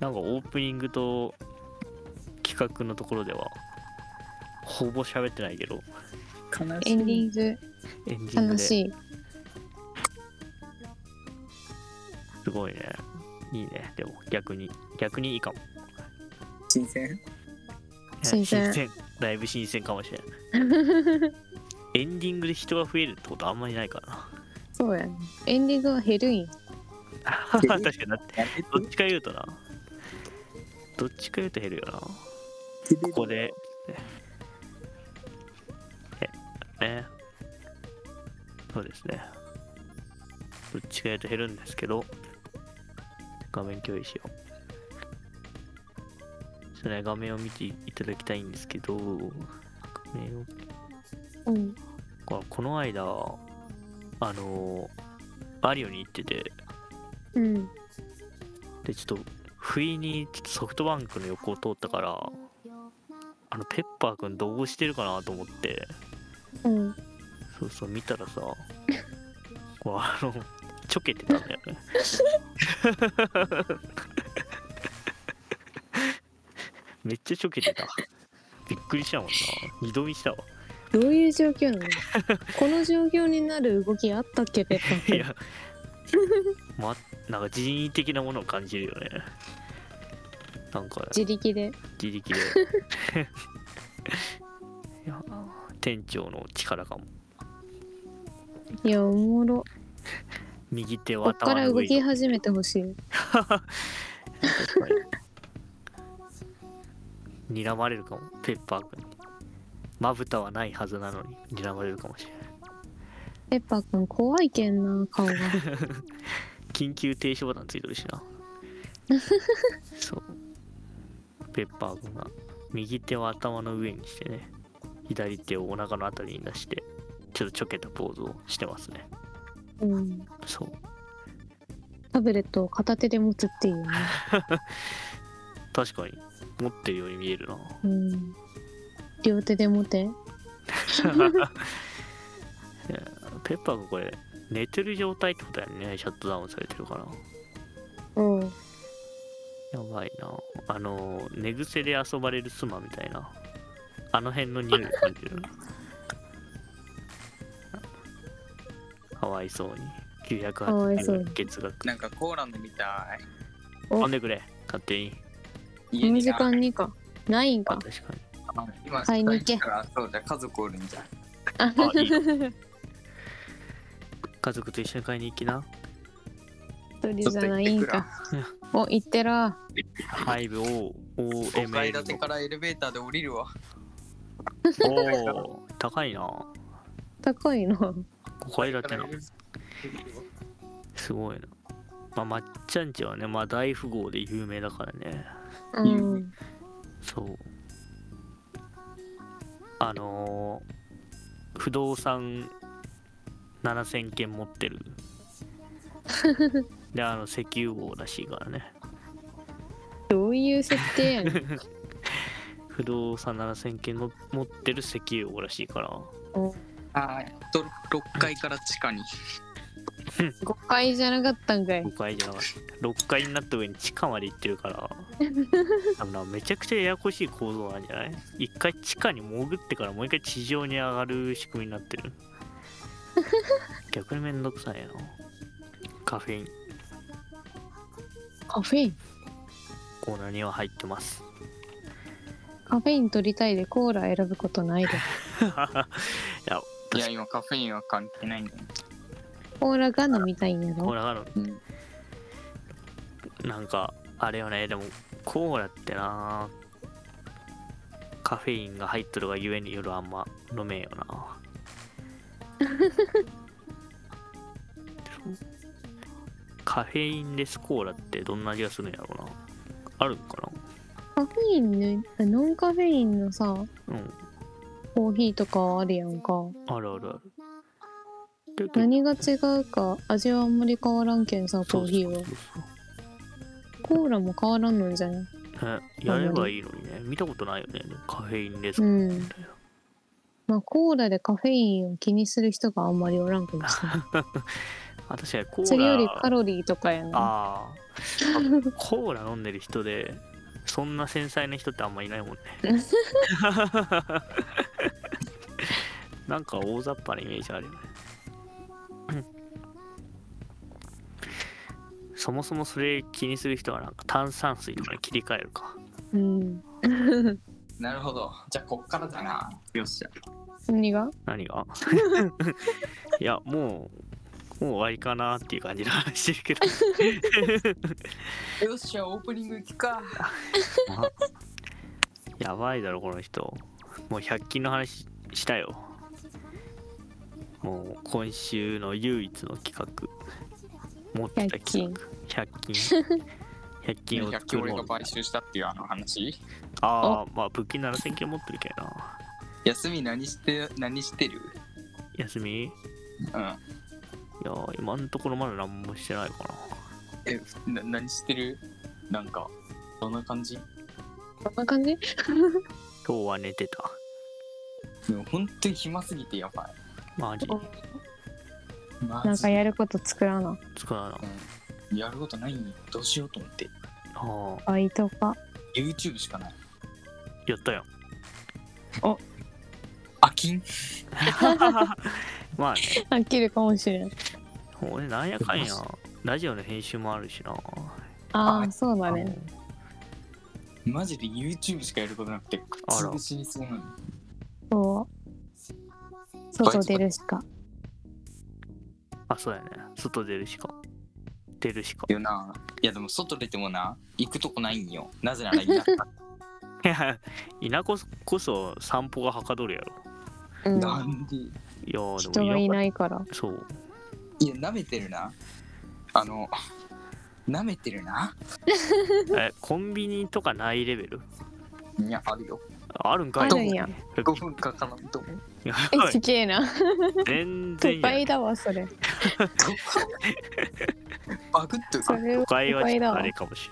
[SPEAKER 3] なんかオープニングと企画のところではほぼ喋ってないけど
[SPEAKER 1] エンディング。
[SPEAKER 3] エンディング
[SPEAKER 1] 楽
[SPEAKER 3] で
[SPEAKER 1] しい。
[SPEAKER 3] すごいねいいねでも逆に逆にいいかも
[SPEAKER 2] 新鮮
[SPEAKER 1] 新鮮
[SPEAKER 3] だいぶ新鮮かもしれない エンディングで人が増えるってことあんまりないからな
[SPEAKER 1] そうやね。エンディングは減るんや。
[SPEAKER 3] 確かにだってどっちか言うとなどっちか言うと減るよなここでえねそうですねどっちか言うと減るんですけど画面共有しようそれ画面を見ていただきたいんですけど画面を
[SPEAKER 1] うん。
[SPEAKER 3] ここの間あのマリオに行ってて
[SPEAKER 1] うん。
[SPEAKER 3] でちょっと不意にちょっとソフトバンクの横を通ったからあのペッパーくんどうしてるかなと思って
[SPEAKER 1] うん。
[SPEAKER 3] そうそう見たらさこうあのちょけてたんだよねめっちゃちょけてたびっくりしたもんな二度見したわ
[SPEAKER 1] どういう状況なのこの状況になる動きあったっけペッパーくん
[SPEAKER 3] いやまなんか人為的なものを感じるよねなんか
[SPEAKER 1] 自力で。
[SPEAKER 3] 自力で いや店長の力かも
[SPEAKER 1] いや、おもろ。
[SPEAKER 3] 右手
[SPEAKER 1] こっ
[SPEAKER 3] は
[SPEAKER 1] か
[SPEAKER 3] 頭
[SPEAKER 1] ら
[SPEAKER 3] の
[SPEAKER 1] 動
[SPEAKER 3] 上
[SPEAKER 1] き
[SPEAKER 3] に
[SPEAKER 1] 始めてほしい。
[SPEAKER 3] 睨まれるかもペッパー君にまぶたはないはずなのに睨まれるかもしれない
[SPEAKER 1] ペッパーくん怖いけんな、顔 が。
[SPEAKER 3] 緊急停止ボタンついてるしなそうペッパー君が右手を頭の上にしてね左手をお腹のあたりに出してちょっとちょけたポーズをしてますね
[SPEAKER 1] うん。
[SPEAKER 3] そう
[SPEAKER 1] タブレットを片手で持つっていうね。
[SPEAKER 3] 確かに持ってるように見えるな
[SPEAKER 1] うん。両手で持て。
[SPEAKER 3] いやペッパー君これ寝てる状態ってことやねシャットダウンされてるから
[SPEAKER 1] うん。
[SPEAKER 3] やばいなあの寝癖で遊ばれる妻みたいなあの辺の匂いを感じるかわいそうに
[SPEAKER 2] かわいそうに
[SPEAKER 3] 980月額
[SPEAKER 2] なんかコーランドみたい。
[SPEAKER 3] 飲んでくれ勝手に
[SPEAKER 1] この時間にか。ないんか。
[SPEAKER 3] 確かに。
[SPEAKER 2] あ今、
[SPEAKER 1] 買いに行け
[SPEAKER 2] 帰ってからそうじゃ、家族おるんじゃ
[SPEAKER 1] あ
[SPEAKER 2] ん。いい
[SPEAKER 3] 家族と一緒に買いに行きな
[SPEAKER 1] 一人じゃないんか。お、行ってら。
[SPEAKER 3] 5 o
[SPEAKER 2] 5
[SPEAKER 3] m
[SPEAKER 2] 階
[SPEAKER 3] l
[SPEAKER 2] 建てからエレベーターで降りるわ。
[SPEAKER 3] おー高いな
[SPEAKER 1] 高いな。
[SPEAKER 3] 5階建てなすごいなまあまっちゃんちはねまあ大富豪で有名だからね
[SPEAKER 1] うん。
[SPEAKER 3] そうあのー不動産7000件持ってるであの石油王らしいからね
[SPEAKER 1] どういう設定やねん。
[SPEAKER 3] 不不動産7000件も持ってる石油王らしいから
[SPEAKER 2] あーと6階から地下に
[SPEAKER 1] 5階じゃなかったんかい
[SPEAKER 3] 5階じゃなかった6階になった上に地下まで行ってるから多分なめちゃくちゃややこしい構造なんじゃない一回地下に潜ってからもう一回地上に上がる仕組みになってる逆にめんどくさいなカフェイン
[SPEAKER 1] カフェイン
[SPEAKER 3] コーナーには入ってます
[SPEAKER 1] カフェイン取りたいでコーラ選ぶことないで
[SPEAKER 3] いや
[SPEAKER 2] いや今カフェインは関係ないんだよ
[SPEAKER 1] コーラが飲みたいんや
[SPEAKER 3] コー
[SPEAKER 1] ろ
[SPEAKER 3] ラがあるなんかあれよねでもコーラってなカフェインが入っとるがゆえに夜あんま飲めんよなカフェインレスコーラってどんな味がするんやろうなあるんか
[SPEAKER 1] カフェインねノンカフェインのさ
[SPEAKER 3] なうん
[SPEAKER 1] コーヒーとかあるやんか
[SPEAKER 3] あるあるある
[SPEAKER 1] 何が違うか味はあんまり変わらんけんさコーヒーはコーラも変わらんのんじゃない
[SPEAKER 3] ねやればいいのにね見たことないよねカフェインレス
[SPEAKER 1] う
[SPEAKER 3] コーラ、
[SPEAKER 1] んまあコーラでカフェインを気にする人があんまりおらんかもしれない
[SPEAKER 3] あ確かにコーラ
[SPEAKER 1] それよりカロリーとかやな
[SPEAKER 3] ああコーラ飲んでる人でそんな繊細な人ってあんまいないもんねなんか大雑把なイメージあるよねうんそもそもそれ気にする人はなんか炭酸水とかに切り替えるか
[SPEAKER 1] うん
[SPEAKER 2] なるほどじゃあこっからだなよっしゃ
[SPEAKER 1] 何が
[SPEAKER 3] 何がいやもうもう終わりかなっていう感じの話してるけど
[SPEAKER 2] よっしゃオープニング行くか
[SPEAKER 3] やばいだろこの人もう100均の話したよもう今週の唯一の企画持ってた企画100均100均を
[SPEAKER 2] 100
[SPEAKER 3] 作
[SPEAKER 2] 均俺
[SPEAKER 3] ろ
[SPEAKER 2] が
[SPEAKER 3] う
[SPEAKER 2] 買収したっていうあの話
[SPEAKER 3] ああまあ物件7000件持ってるけどな
[SPEAKER 2] 休み何して何してる
[SPEAKER 3] 休みい
[SPEAKER 2] うん
[SPEAKER 3] やー今んところまだ何もしてないかな
[SPEAKER 2] えな何してるなんかどんな感じ
[SPEAKER 1] こんな感じ
[SPEAKER 3] 今日は寝てた
[SPEAKER 2] でも本当に暇すぎてやばい
[SPEAKER 3] マジ
[SPEAKER 2] マジ
[SPEAKER 1] なんかやること作らな
[SPEAKER 3] 作らな
[SPEAKER 2] やることないんよどうしようと思って
[SPEAKER 3] ああ
[SPEAKER 1] バイトか
[SPEAKER 2] YouTube しかない
[SPEAKER 3] やったよ
[SPEAKER 2] あきん
[SPEAKER 3] まあね
[SPEAKER 1] 飽きるかもしれん
[SPEAKER 3] 俺なんやかんやラジオの編集もあるしな
[SPEAKER 1] ああそうだね
[SPEAKER 2] マジで YouTube しかやることなくて
[SPEAKER 3] あ
[SPEAKER 2] 口
[SPEAKER 3] ら
[SPEAKER 2] 潰しにそうなの
[SPEAKER 1] そう外出るしか
[SPEAKER 3] あそうやね外出るしか出るしか
[SPEAKER 2] よないやでも外出てもな行くとこないんよなぜなら田舎
[SPEAKER 3] いや 田舎こそ散歩がはかどるやろ
[SPEAKER 1] うん
[SPEAKER 2] なんで
[SPEAKER 3] いやーで
[SPEAKER 1] 人
[SPEAKER 3] も
[SPEAKER 1] がい
[SPEAKER 3] い
[SPEAKER 1] ないから
[SPEAKER 3] そう
[SPEAKER 2] いや舐めてるなあの舐めてるな
[SPEAKER 3] えコンビニとかないレベル
[SPEAKER 2] いやあるよ
[SPEAKER 3] あるんか
[SPEAKER 1] あ
[SPEAKER 3] い
[SPEAKER 1] るんや
[SPEAKER 2] 5分かからんと思う
[SPEAKER 3] や
[SPEAKER 1] え
[SPEAKER 3] ばい
[SPEAKER 1] すげえな
[SPEAKER 3] 全
[SPEAKER 1] 都
[SPEAKER 3] 然や
[SPEAKER 1] 会だわそれ
[SPEAKER 2] バグっと
[SPEAKER 1] そ
[SPEAKER 2] る
[SPEAKER 1] れ
[SPEAKER 3] 都会はちょっ
[SPEAKER 1] だ
[SPEAKER 3] と
[SPEAKER 1] わ
[SPEAKER 3] あれかもし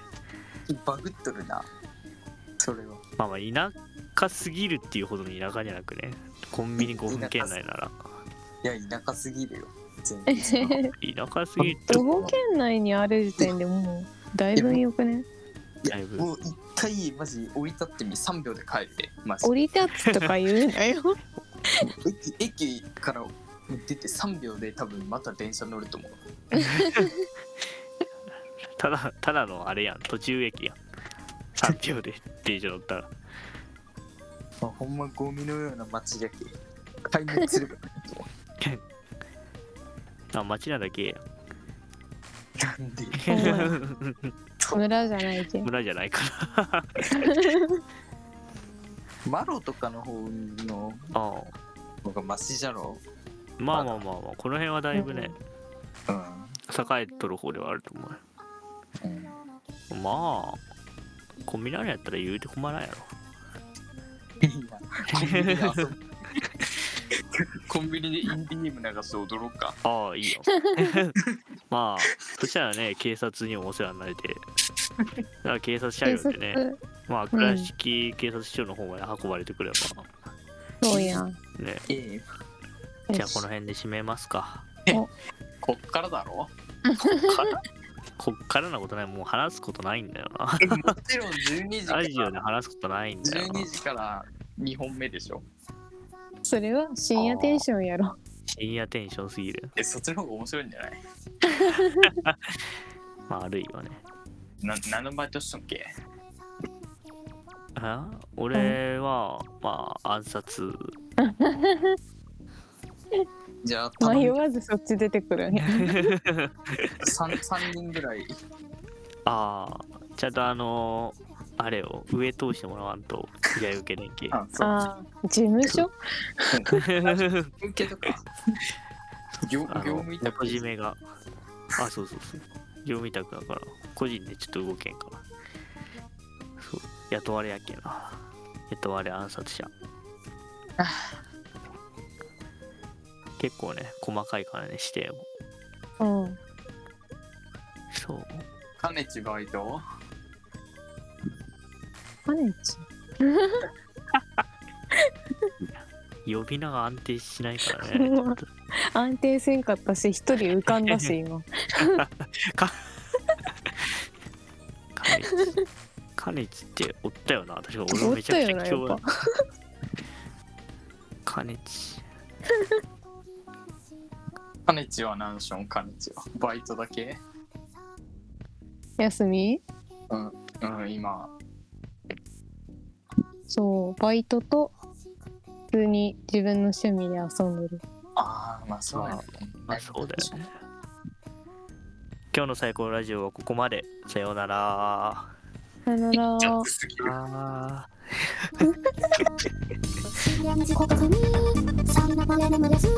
[SPEAKER 3] れない
[SPEAKER 2] バグっとるなそれは
[SPEAKER 3] まあまあ田舎すぎるっていうほどの田舎じゃなくねコンビニ5分圏内なら
[SPEAKER 2] いや田舎すぎるよ全 然
[SPEAKER 3] 田舎すぎる
[SPEAKER 1] 徒歩圏内にある時点でもうだいぶよくね
[SPEAKER 2] い
[SPEAKER 3] だい
[SPEAKER 2] や
[SPEAKER 3] ぶ
[SPEAKER 2] もう一回マジ降り立ってみ3秒で帰るでマジ
[SPEAKER 1] 降り立つとか言うなよ
[SPEAKER 2] 駅駅から出て3秒で多分また電車乗ると思う
[SPEAKER 3] ただただのあれやん途中駅やん3秒で電車乗ったら
[SPEAKER 2] まあ、ほんまゴミのような街だけ壊滅するか
[SPEAKER 3] あ街なだけ
[SPEAKER 2] らなんで
[SPEAKER 1] ほんまや村
[SPEAKER 3] や
[SPEAKER 1] じゃないけん
[SPEAKER 3] 村じゃないから
[SPEAKER 2] マロとかの方の
[SPEAKER 3] ああ
[SPEAKER 2] 方がマシじゃろ
[SPEAKER 3] まあまあまあまあこの辺はだいぶね
[SPEAKER 2] うん、
[SPEAKER 3] 栄えとる方ではあると思うよ
[SPEAKER 2] うん、
[SPEAKER 3] まあコンビニあるんやったら言うて困らんやろ
[SPEAKER 2] いいなコンビニで遊ぶ コンビニでインディーム流して踊ろうか
[SPEAKER 3] ああい いよまあそしたらね警察にもお世話になれてだから警察車
[SPEAKER 1] 警
[SPEAKER 3] 両で
[SPEAKER 1] 察
[SPEAKER 3] ねまあ倉敷警察署の方まで運ばれてくれば、
[SPEAKER 1] そうやん。
[SPEAKER 3] ね
[SPEAKER 2] え
[SPEAKER 1] え
[SPEAKER 3] じゃあこの辺で締めま すか
[SPEAKER 2] こっからだろ
[SPEAKER 3] こっからのことないもう話すことないんだよな
[SPEAKER 2] もちろん12時か
[SPEAKER 3] ラジオ
[SPEAKER 2] ら
[SPEAKER 3] で話すことないんだよな
[SPEAKER 2] 12時から2本目でしょ
[SPEAKER 1] それは深夜テンションやろ。
[SPEAKER 3] 深夜テンションすぎる
[SPEAKER 2] えそっちの方が面白いんじゃない
[SPEAKER 3] まあ悪いよね
[SPEAKER 2] な何のバイトしたっけ
[SPEAKER 3] あ俺は、まあ暗 殺
[SPEAKER 2] じゃあ頼
[SPEAKER 1] 迷
[SPEAKER 2] む
[SPEAKER 1] わずそっち出てくるんや。
[SPEAKER 2] 三3人ぐらい
[SPEAKER 3] ああちゃんとあのーあれを上通してもらわんと依頼受けねんけ
[SPEAKER 2] あそう
[SPEAKER 1] ああ、事務所
[SPEAKER 2] 受けとか業業
[SPEAKER 3] あの
[SPEAKER 2] 務委
[SPEAKER 3] 元
[SPEAKER 2] 託
[SPEAKER 3] 締めがあそうそうそう業務委託だから個人でちょっと動けんからそう雇われやけな雇われ暗殺者結構ね細かいからね指定も
[SPEAKER 1] うん。
[SPEAKER 3] そう
[SPEAKER 2] かねちバイト
[SPEAKER 1] マネチ。
[SPEAKER 3] 呼び名が安定しないからねちょっと
[SPEAKER 1] 安定せんかったし、一人浮かんだし、今。
[SPEAKER 3] カネチカネチっておったよな確か 俺もめちゃくちゃ
[SPEAKER 1] おったよ
[SPEAKER 3] 強
[SPEAKER 1] なやっ
[SPEAKER 3] 力カネチ
[SPEAKER 2] かねちは何ションかねちはバイトだけ
[SPEAKER 1] 休み
[SPEAKER 2] うん今
[SPEAKER 1] そう、バイトと、普通に自分の趣味で遊んでる。
[SPEAKER 2] ああまあそうやね
[SPEAKER 3] まあそうだよね今日の最高ラジオはここまでさようなら
[SPEAKER 1] さよなら。
[SPEAKER 2] すぎる
[SPEAKER 3] あー
[SPEAKER 11] 知らぬここにさいなまれ眠れず